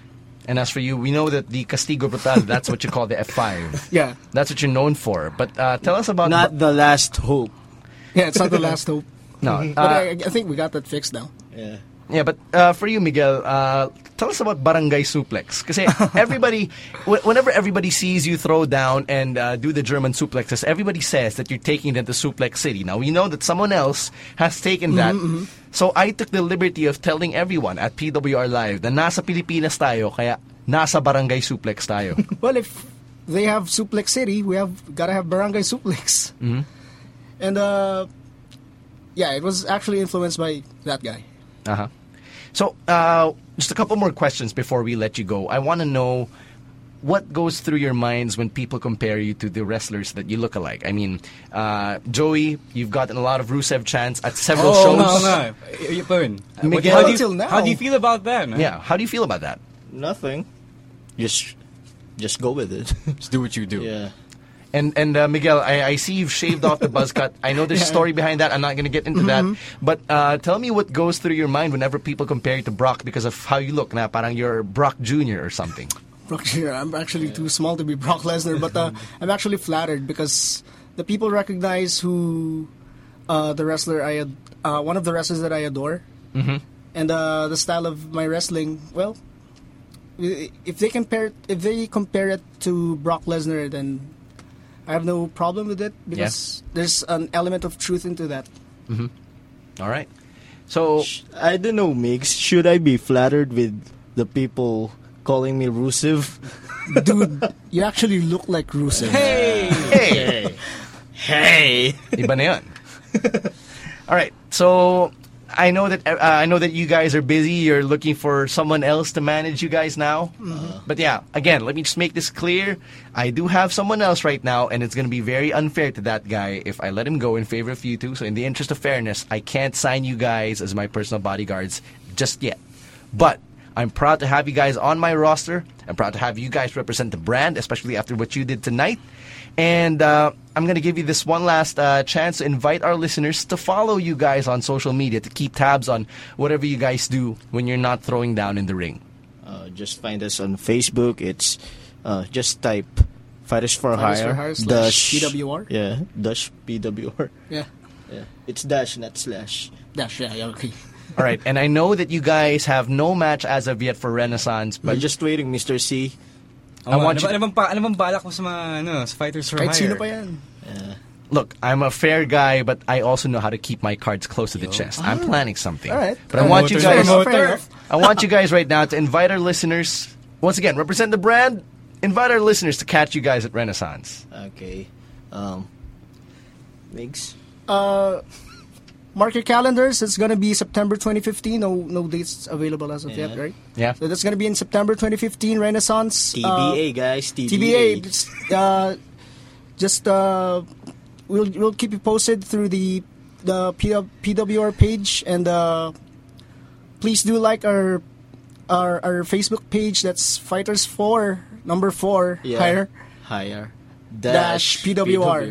S2: And as for you, we know that the Castigo Brutal, that's what you call the F5.
S4: Yeah,
S2: That's what you're known for. But uh, tell us about.
S5: Not the last hope.
S4: yeah, it's not the last hope.
S2: No,
S4: but
S2: uh,
S4: I, I think we got that fixed now.
S5: Yeah.
S2: Yeah, but uh, for you, Miguel, uh, tell us about Barangay Suplex. Because everybody, wh- whenever everybody sees you throw down and uh, do the German suplexes, everybody says that you're taking them to Suplex City. Now, we know that someone else has taken that. So I took the liberty of telling everyone at PWR Live na nasa Pilipinas tayo, kaya nasa Barangay Suplex tayo.
S4: Well, if they have Suplex City, we have gotta have Barangay Suplex. Mm-hmm. And uh, yeah, it was actually influenced by that guy.
S2: Uh-huh. So, uh, just a couple more questions before we let you go. I want to know what goes through your minds when people compare you to the wrestlers that you look alike. I mean, uh, Joey, you've gotten a lot of Rusev chants at several
S3: Oh,
S2: shows.
S3: no, no. Y- yun pa yun.
S2: Miguel-
S3: how, do you,
S4: Until now.
S3: how do you feel about that? man?
S2: Yeah, how do you feel about that?
S5: Nothing. Just, just go with it.
S3: Just do what you do.
S5: yeah.
S2: And and uh, Miguel, I, I see you've shaved off the buzz cut. I know there's a story behind that. I'm not going to get into that.
S3: Mm-hmm.
S2: But uh, tell me what goes through your mind whenever people compare you to Brock because of how you look. Na parang you're Brock Jr. or something.
S4: Brock Lesnar. I'm actually too small to be Brock Lesnar, but uh, I'm actually flattered because the people recognize who uh, the wrestler I ad- uh, one of the wrestlers that I adore, and uh, the style of my wrestling. Well, i- if they compare if they compare it to Brock Lesnar, then I have no problem with it because there's an element of truth into that.
S2: All right. So
S5: I don't know, Mix. Should I be flattered with the people calling me Rusev?
S4: Dude, you actually look like Rusev.
S5: Hey! hey!
S2: Iba na yun. All right. So I know that uh, I know that you guys are busy. You're looking for someone else to manage you guys now. But yeah, again, let me just make this clear. I do have someone else right now, and it's going to be very unfair to that guy if I let him go in favor of you two. So in the interest of fairness, I can't sign you guys as my personal bodyguards just yet. But I'm proud to have you guys on my roster. I'm proud to have you guys represent the brand, especially after what you did tonight. And uh, I'm going to give you this one last uh, chance to invite our listeners to follow you guys on social media to keep tabs on whatever you guys do when you're not throwing down in the ring.
S5: Uh, just find us on Facebook. It's uh, just type Fighters for
S4: Fighters
S5: Hire.
S4: for Hire slash
S5: dash
S4: PWR?
S5: Yeah, dash PWR.
S4: Yeah.
S5: Yeah. It's dash, not slash.
S4: Dash, yeah, yeah, okay.
S2: All right. And I know that you guys have no match as of yet for Renaissance,
S5: But
S2: but
S5: just waiting, Mr. C.
S3: Oh,
S2: I want
S3: ano, ba-
S2: you-
S3: ano bang, pa, ano bang balak mo sa mga ano, sa Fighters for Hire?
S4: Kahit sino pa yan.
S2: look, I'm a fair guy, but I also know how to keep my cards close to the chest. I'm planning something.
S4: Ah. All right.
S2: But I want you
S3: Promoter.
S2: guys.
S3: Promoter.
S4: Fair enough.
S2: I want you guys right now to invite our listeners once again represent the brand invite our listeners to catch you guys at Renaissance.
S5: Okay. Um, Migs?
S4: Mark your calendars. It's gonna be September 2015. No, no dates available as of
S5: Yeah.
S4: yet, right?
S2: Yeah.
S4: So that's gonna be in September 2015. Renaissance. uh,
S5: TBA, guys. TBA.
S4: TBA. just, uh, just uh, we'll we'll keep you posted through the the PW, PWR page, and uh, please do like our our our Facebook page. That's Fighters Four Number Four
S5: Yeah.
S4: Higher.
S5: Higher.
S4: Dash PWR.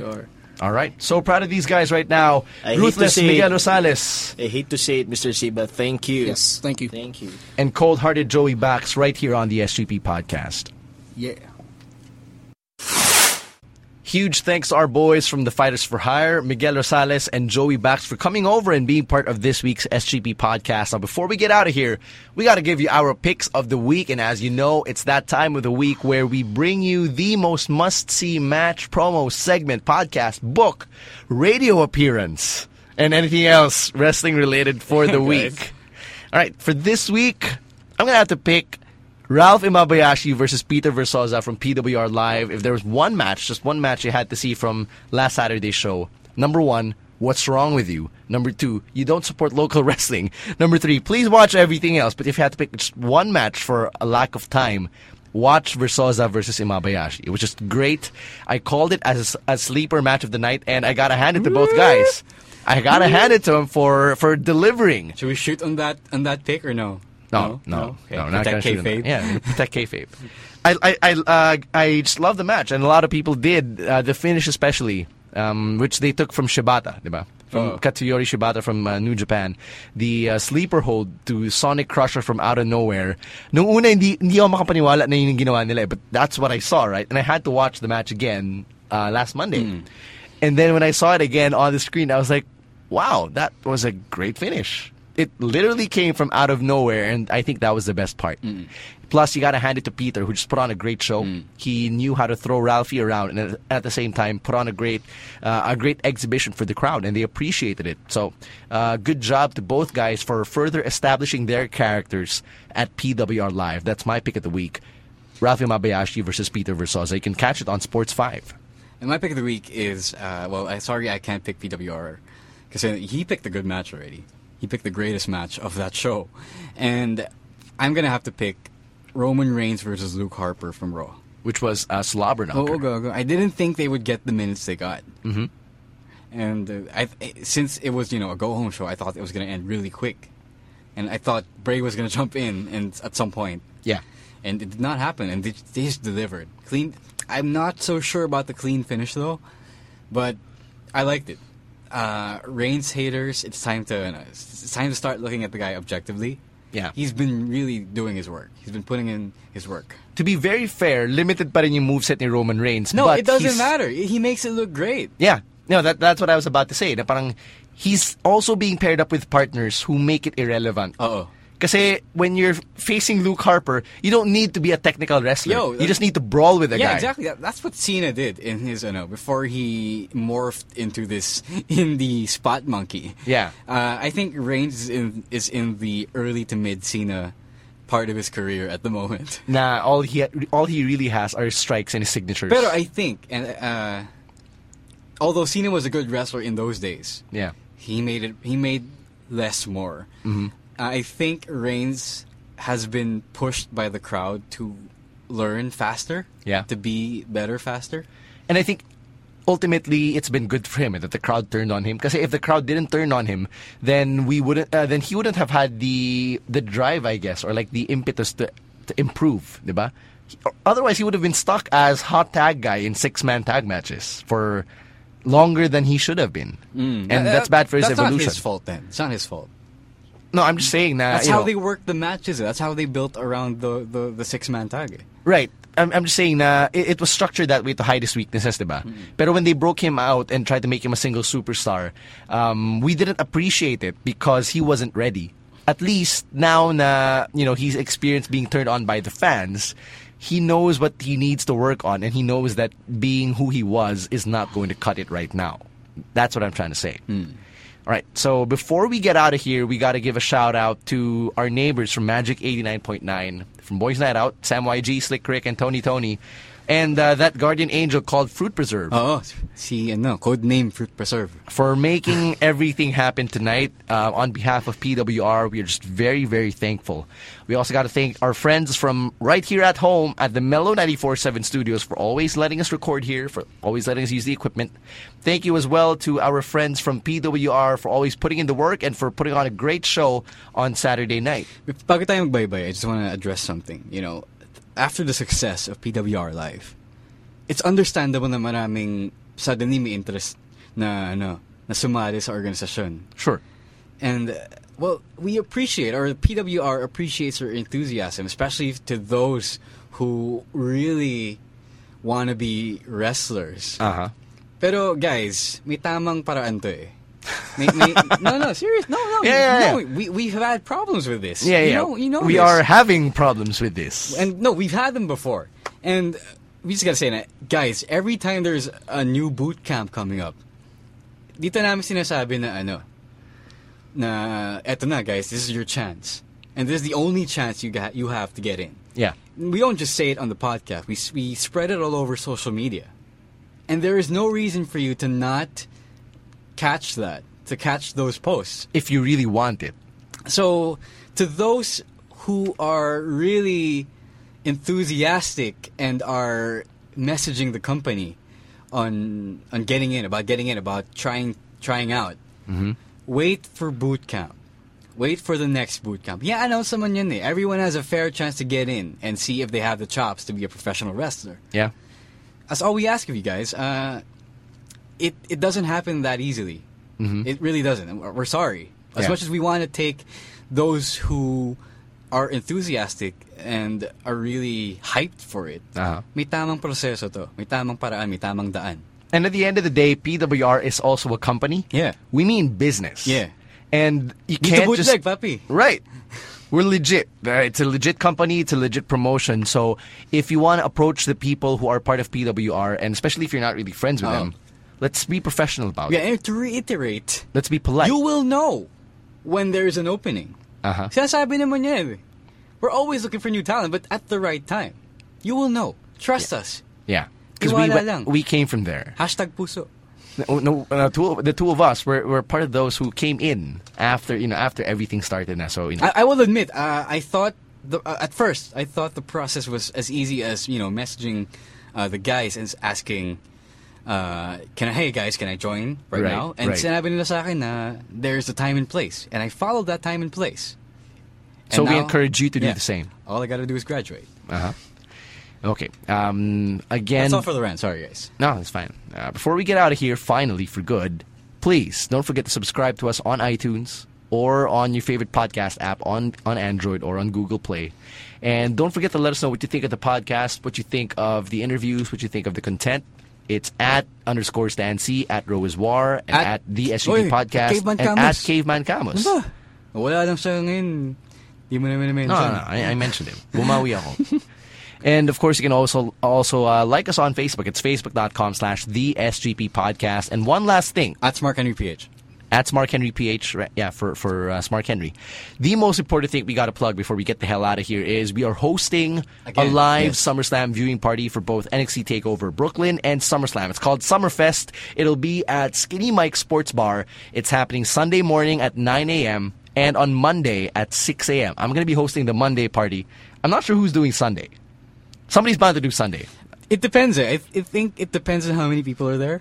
S2: All right. So proud of these guys right now.
S5: I hate to
S2: Ruthless
S5: say-
S2: Miguel Rosales
S5: I hate to say it, Mr. C, but thank you.
S4: Yes, thank you.
S5: Thank you.
S2: and cold hearted Joey Bax right here on the SGP podcast.
S4: Yeah.
S2: Huge thanks to our boys from the Fighters for Hire, Miguel Rosales and Joey Bax for coming over and being part of this week's SGP podcast. Now, before we get out of here, we got to give you our picks of the week. And as you know, it's that time of the week where we bring you the most must see match, promo, segment, podcast, book, radio appearance, and anything else wrestling related for the week. All right, for this week, I'm going to have to pick Ralph Imabayashi versus Peter Versosa from PWR Live. If there was one match, just one match you had to see from last Saturday's show, number one, what's wrong with you? Number two, you don't support local wrestling. Number three, please watch everything else. But if you had to pick just one match for a lack of time, watch Versosa versus Imabayashi. It was just great. I called it as a sleeper match of the night, and I gotta hand it to both guys. I gotta hand it to them for, for delivering.
S3: Should we shoot on that on that pick or no?
S2: No, no, no,
S3: Okay.
S2: no,
S3: Put
S2: not
S3: that
S2: gonna shoot him.
S3: kayfabe.
S2: Yeah, protect kayfabe. I, I, I, uh, I just love the match, and a lot of people did uh, the finish especially, um, which they took from Shibata, diba? From
S3: Oh.
S2: Katsuyori Shibata from uh, New Japan, the uh, sleeper hold to Sonic Crusher from out of nowhere. Nung una hindi hindi ako makapaniwala na yun yung ginawa nila, eh, but that's what I saw, right? And I had to watch the match again uh, last Monday,
S3: Mm.
S2: and then when I saw it again on the screen, I was like, wow, that was a great finish. It literally came from out of nowhere, and I think that was the best part. Plus, you got to hand it to Peter, who just put on a great show.
S3: Mm.
S2: He knew how to throw Ralphie around, and at the same time, put on a great, uh, a great exhibition for the crowd, and they appreciated it. So, uh, good job to both guys for further establishing their characters at PWR Live. That's my pick of the week: Ralphie Mabayashi versus Peter Versosa. You can catch it on Sports Five.
S3: And my pick of the week is uh, well, I sorry I can't pick PWR because he picked a good match already. He picked the greatest match of that show, and I'm gonna have to pick Roman Reigns versus Luke Harper from Raw.
S2: Which was uh, slobber
S3: Oh,
S2: knocker.
S3: go, go. I didn't think they would get the minutes they got. Mm-hmm. And uh, I, th- since it was you know a go home show, I thought it was gonna end really quick, and I thought Bray was gonna jump in and at some point.
S2: Yeah.
S3: and it did not happen. And they, they just delivered clean. I'm not so sure about the clean finish though, but I liked it. Uh, Reigns haters, it's time to uh, it's it's time to start looking at the guy objectively.
S2: Yeah.
S3: he's been really doing his work. He's been putting in his work.
S2: to be very fair, limited pa rin yung moveset ni Roman Reigns.
S3: No,
S2: but
S3: it doesn't
S2: he's-
S3: matter. He makes it look great.
S2: Yeah. No, that, that's what I was about to say. Na parang he's also being paired up with partners who make it irrelevant.
S3: Uh-oh.
S2: Kasi when you're facing Luke Harper, you don't need to be a technical wrestler.
S3: Yo,
S2: you just need to brawl with a
S3: yeah,
S2: guy.
S3: exactly. That, that's what Cena did in his, you know, before he morphed into this indie spot monkey.
S2: Yeah.
S3: Uh, I think Reigns is in, is in the early to mid Cena part of his career at the moment.
S2: Na all he all he really has are his strikes and his signatures.
S3: But I think, and uh, although Cena was a good wrestler in those days,
S2: yeah. Mm-hmm.
S3: he made it. He made less more. Uh, I think Reigns has been pushed by the crowd to learn faster.
S2: Yeah.
S3: To be better faster.
S2: And I think ultimately it's been good for him eh, that the crowd turned on him because if the crowd didn't turn on him then we wouldn't uh, then he wouldn't have had the the drive I guess or like the impetus to to improve, diba? He- or- Otherwise he would have been stuck as hot tag guy in six man tag matches for longer than he should have been. And that's bad for his
S3: Mm. that's
S2: evolution.
S3: Not his fault then. It's not his fault.
S2: No, I'm just saying that
S3: That's
S2: you
S3: how
S2: know,
S3: they worked the matches. That's how they built around the, the, the six man tag.
S2: Right. I'm, I'm just saying na it, it was structured that way to hide his weaknesses, diba? Pero when they broke him out and tried to make him a single superstar, um, we didn't appreciate it because he wasn't ready. At least now na you know he's experienced being turned on by the fans, he knows what he needs to work on, and he knows that being who he was is not going to cut it right now. That's what I'm trying to say. All right. So before we get out of here, we got to give a shout out to our neighbors from Magic 89.9 from Boys Night Out, Sam YG, Slick Rick, and Tony Tony, and uh, that guardian angel called Fruit Preserve
S3: Oo, si ano, code name Fruit Preserve.
S2: for making everything happen tonight uh, on behalf of PWR. We are just very, very thankful. We also got to thank our friends from right here at home at the Mellow 94.7 studios for always letting us record here, for always letting us use the equipment. Thank you as well to our friends from PWR for always putting in the work and for putting on a great show on Saturday night.
S3: Bago tayo magbaybay, I just want to address something. You know, after the success of PWR Live, it's understandable na maraming suddenly may interest na ano, na sumali sa organisasyon.
S2: Sure.
S3: And uh, well, we appreciate or PWR appreciates your enthusiasm, especially to those who really want to be wrestlers.
S2: Uh huh.
S3: Pero guys, may tamang paraan to eh. May, may, no, no, serious. No, no.
S2: Yeah, yeah,
S3: no
S2: yeah.
S3: We, we've had problems with this.
S2: Yeah, yeah.
S3: You know, you know
S2: we
S3: this.
S2: are having problems with this.
S3: And no, we've had them before. And uh, we just gotta say that, guys, every time there's a new boot camp coming up, dito namin sinasabi na ano, na eto na guys, this is your chance. And this is the only chance you got you have to get in.
S2: yeah.
S3: We don't just say it on the podcast. We s- we spread it all over social media. And there is no reason for you to not catch that, to catch those posts.
S2: If you really want it.
S3: So, to those who are really enthusiastic and are messaging the company on on getting in, about getting in, about trying trying out, wait for boot camp. Wait for the next boot camp. Yeah, I know someone yun eh. Everyone has a fair chance to get in and see if they have the chops to be a professional wrestler.
S2: Yeah.
S3: That's all we ask of you guys. Uh, it it doesn't happen that easily. It really doesn't. And We're we're sorry.
S2: Mm-hmm.
S3: As
S2: Yeah.
S3: much as we want to take those who are enthusiastic and are really hyped for it,
S2: Uh-huh.
S3: may tamang proseso to. May tamang paraan, may tamang daan.
S2: And at the end of the day, PWR is also a company.
S3: Yeah.
S2: We mean business.
S3: Yeah.
S2: And you
S3: Dito
S2: can't just
S3: bootleg, papi.
S2: Right. We're legit. Uh, It's a legit company. It's a legit promotion. So if you want to approach the people who are part of PWR, and especially if you're not really friends with
S3: Oh.
S2: them, let's be professional about
S3: Yeah,
S2: it.
S3: and to reiterate,
S2: Let's be polite.
S3: you will know when there's an opening.
S2: Uh-huh.
S3: Sinasabi naman niya eh. We're always looking for new talent, but at the right time. You will know. Trust us.
S2: yeah. Because
S3: Iwala
S2: we, went-
S3: lang.
S2: we came from there.
S3: Hashtag puso.
S2: No, no, uh, two, of- the two of us were, were part of those who came in after you know after everything started. And so you know,
S3: I, I will admit, uh, I thought the, uh, at first I thought the process was as easy as you know messaging uh, the guys and s- asking, uh, "Can I? Hey guys, can I join right,
S2: Right,
S3: now?" And
S2: right.
S3: sinabi nila sa akin na there's a time and place, and I followed that time and place. And
S2: So we
S3: now-
S2: encourage you to do
S3: Yeah.
S2: the same.
S3: All I got to do is graduate.
S2: okay. Um, again,
S3: That's all for the rant. Sorry, guys.
S2: No, it's fine. Uh, before we get out of here, finally for good, please don't forget to subscribe to us on iTunes or on your favorite podcast app on on Android or on Google Play. And don't forget to let us know what you think of the podcast, what you think of the interviews, what you think of the content. It's at underscore Stan C, at Roiswar, and at,
S3: At-
S2: the
S3: Oy,
S2: SUP podcast,
S3: Caveman
S2: and
S3: Camus.
S2: at Caveman Camus.
S3: Ano ba? Wala lang siya ngayon. Di mo naman na-mention.
S2: No, no, no, Ah, I, I mentioned him. Bumawi ako. And of course, you can also also uh, like us on Facebook. It's facebook.com slash the SGP podcast. And one last thing
S3: At Smart Henry PH.
S2: at Smart Henry PH, right, yeah, for, for uh, Smart Henry. The most important thing we got to plug before we get the hell out of here is we are hosting a
S3: Again,
S2: live
S3: yes.
S2: SummerSlam viewing party for both NXT TakeOver Brooklyn and SummerSlam. It's called Summerfest. It'll be at Skinny Mike Sports Bar. It's happening Sunday morning at 9 a.m. and on Monday at 6 a.m. I'm going to be hosting the Monday party. I'm not sure who's doing Sunday. Somebody's bound to do Sunday.
S3: It depends eh. I, I think it depends on how many people are there.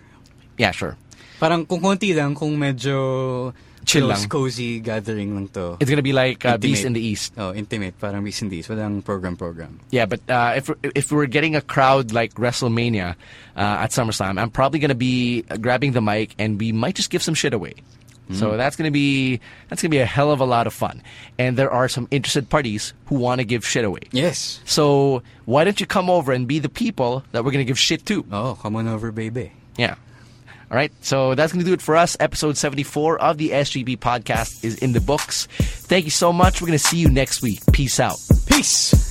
S2: Yeah, sure.
S3: Parang kung konti lang, kung medyo
S2: Chill
S3: close,
S2: lang.
S3: cozy gathering lang to.
S2: It's going to be like uh,
S3: Intimate.
S2: Beast in the East.
S3: Oh, intimate. Parang Beast in the East. Walang program-program.
S2: Yeah, but uh, if if we're getting a crowd like WrestleMania uh, at SummerSlam, I'm probably going to be grabbing the mic and we might just give some shit away. So that's going to be that's going to be a hell of a lot of fun. And there are some interested parties who want to give shit away.
S3: Yes.
S2: So why don't you come over and be the people that we're going to give shit to?
S3: Oh, come on over, baby.
S2: Yeah. All right. So that's going to do it for us. Episode 74 of the SGB podcast is in the books. Thank you so much. We're going to see you next week. Peace out.
S3: Peace!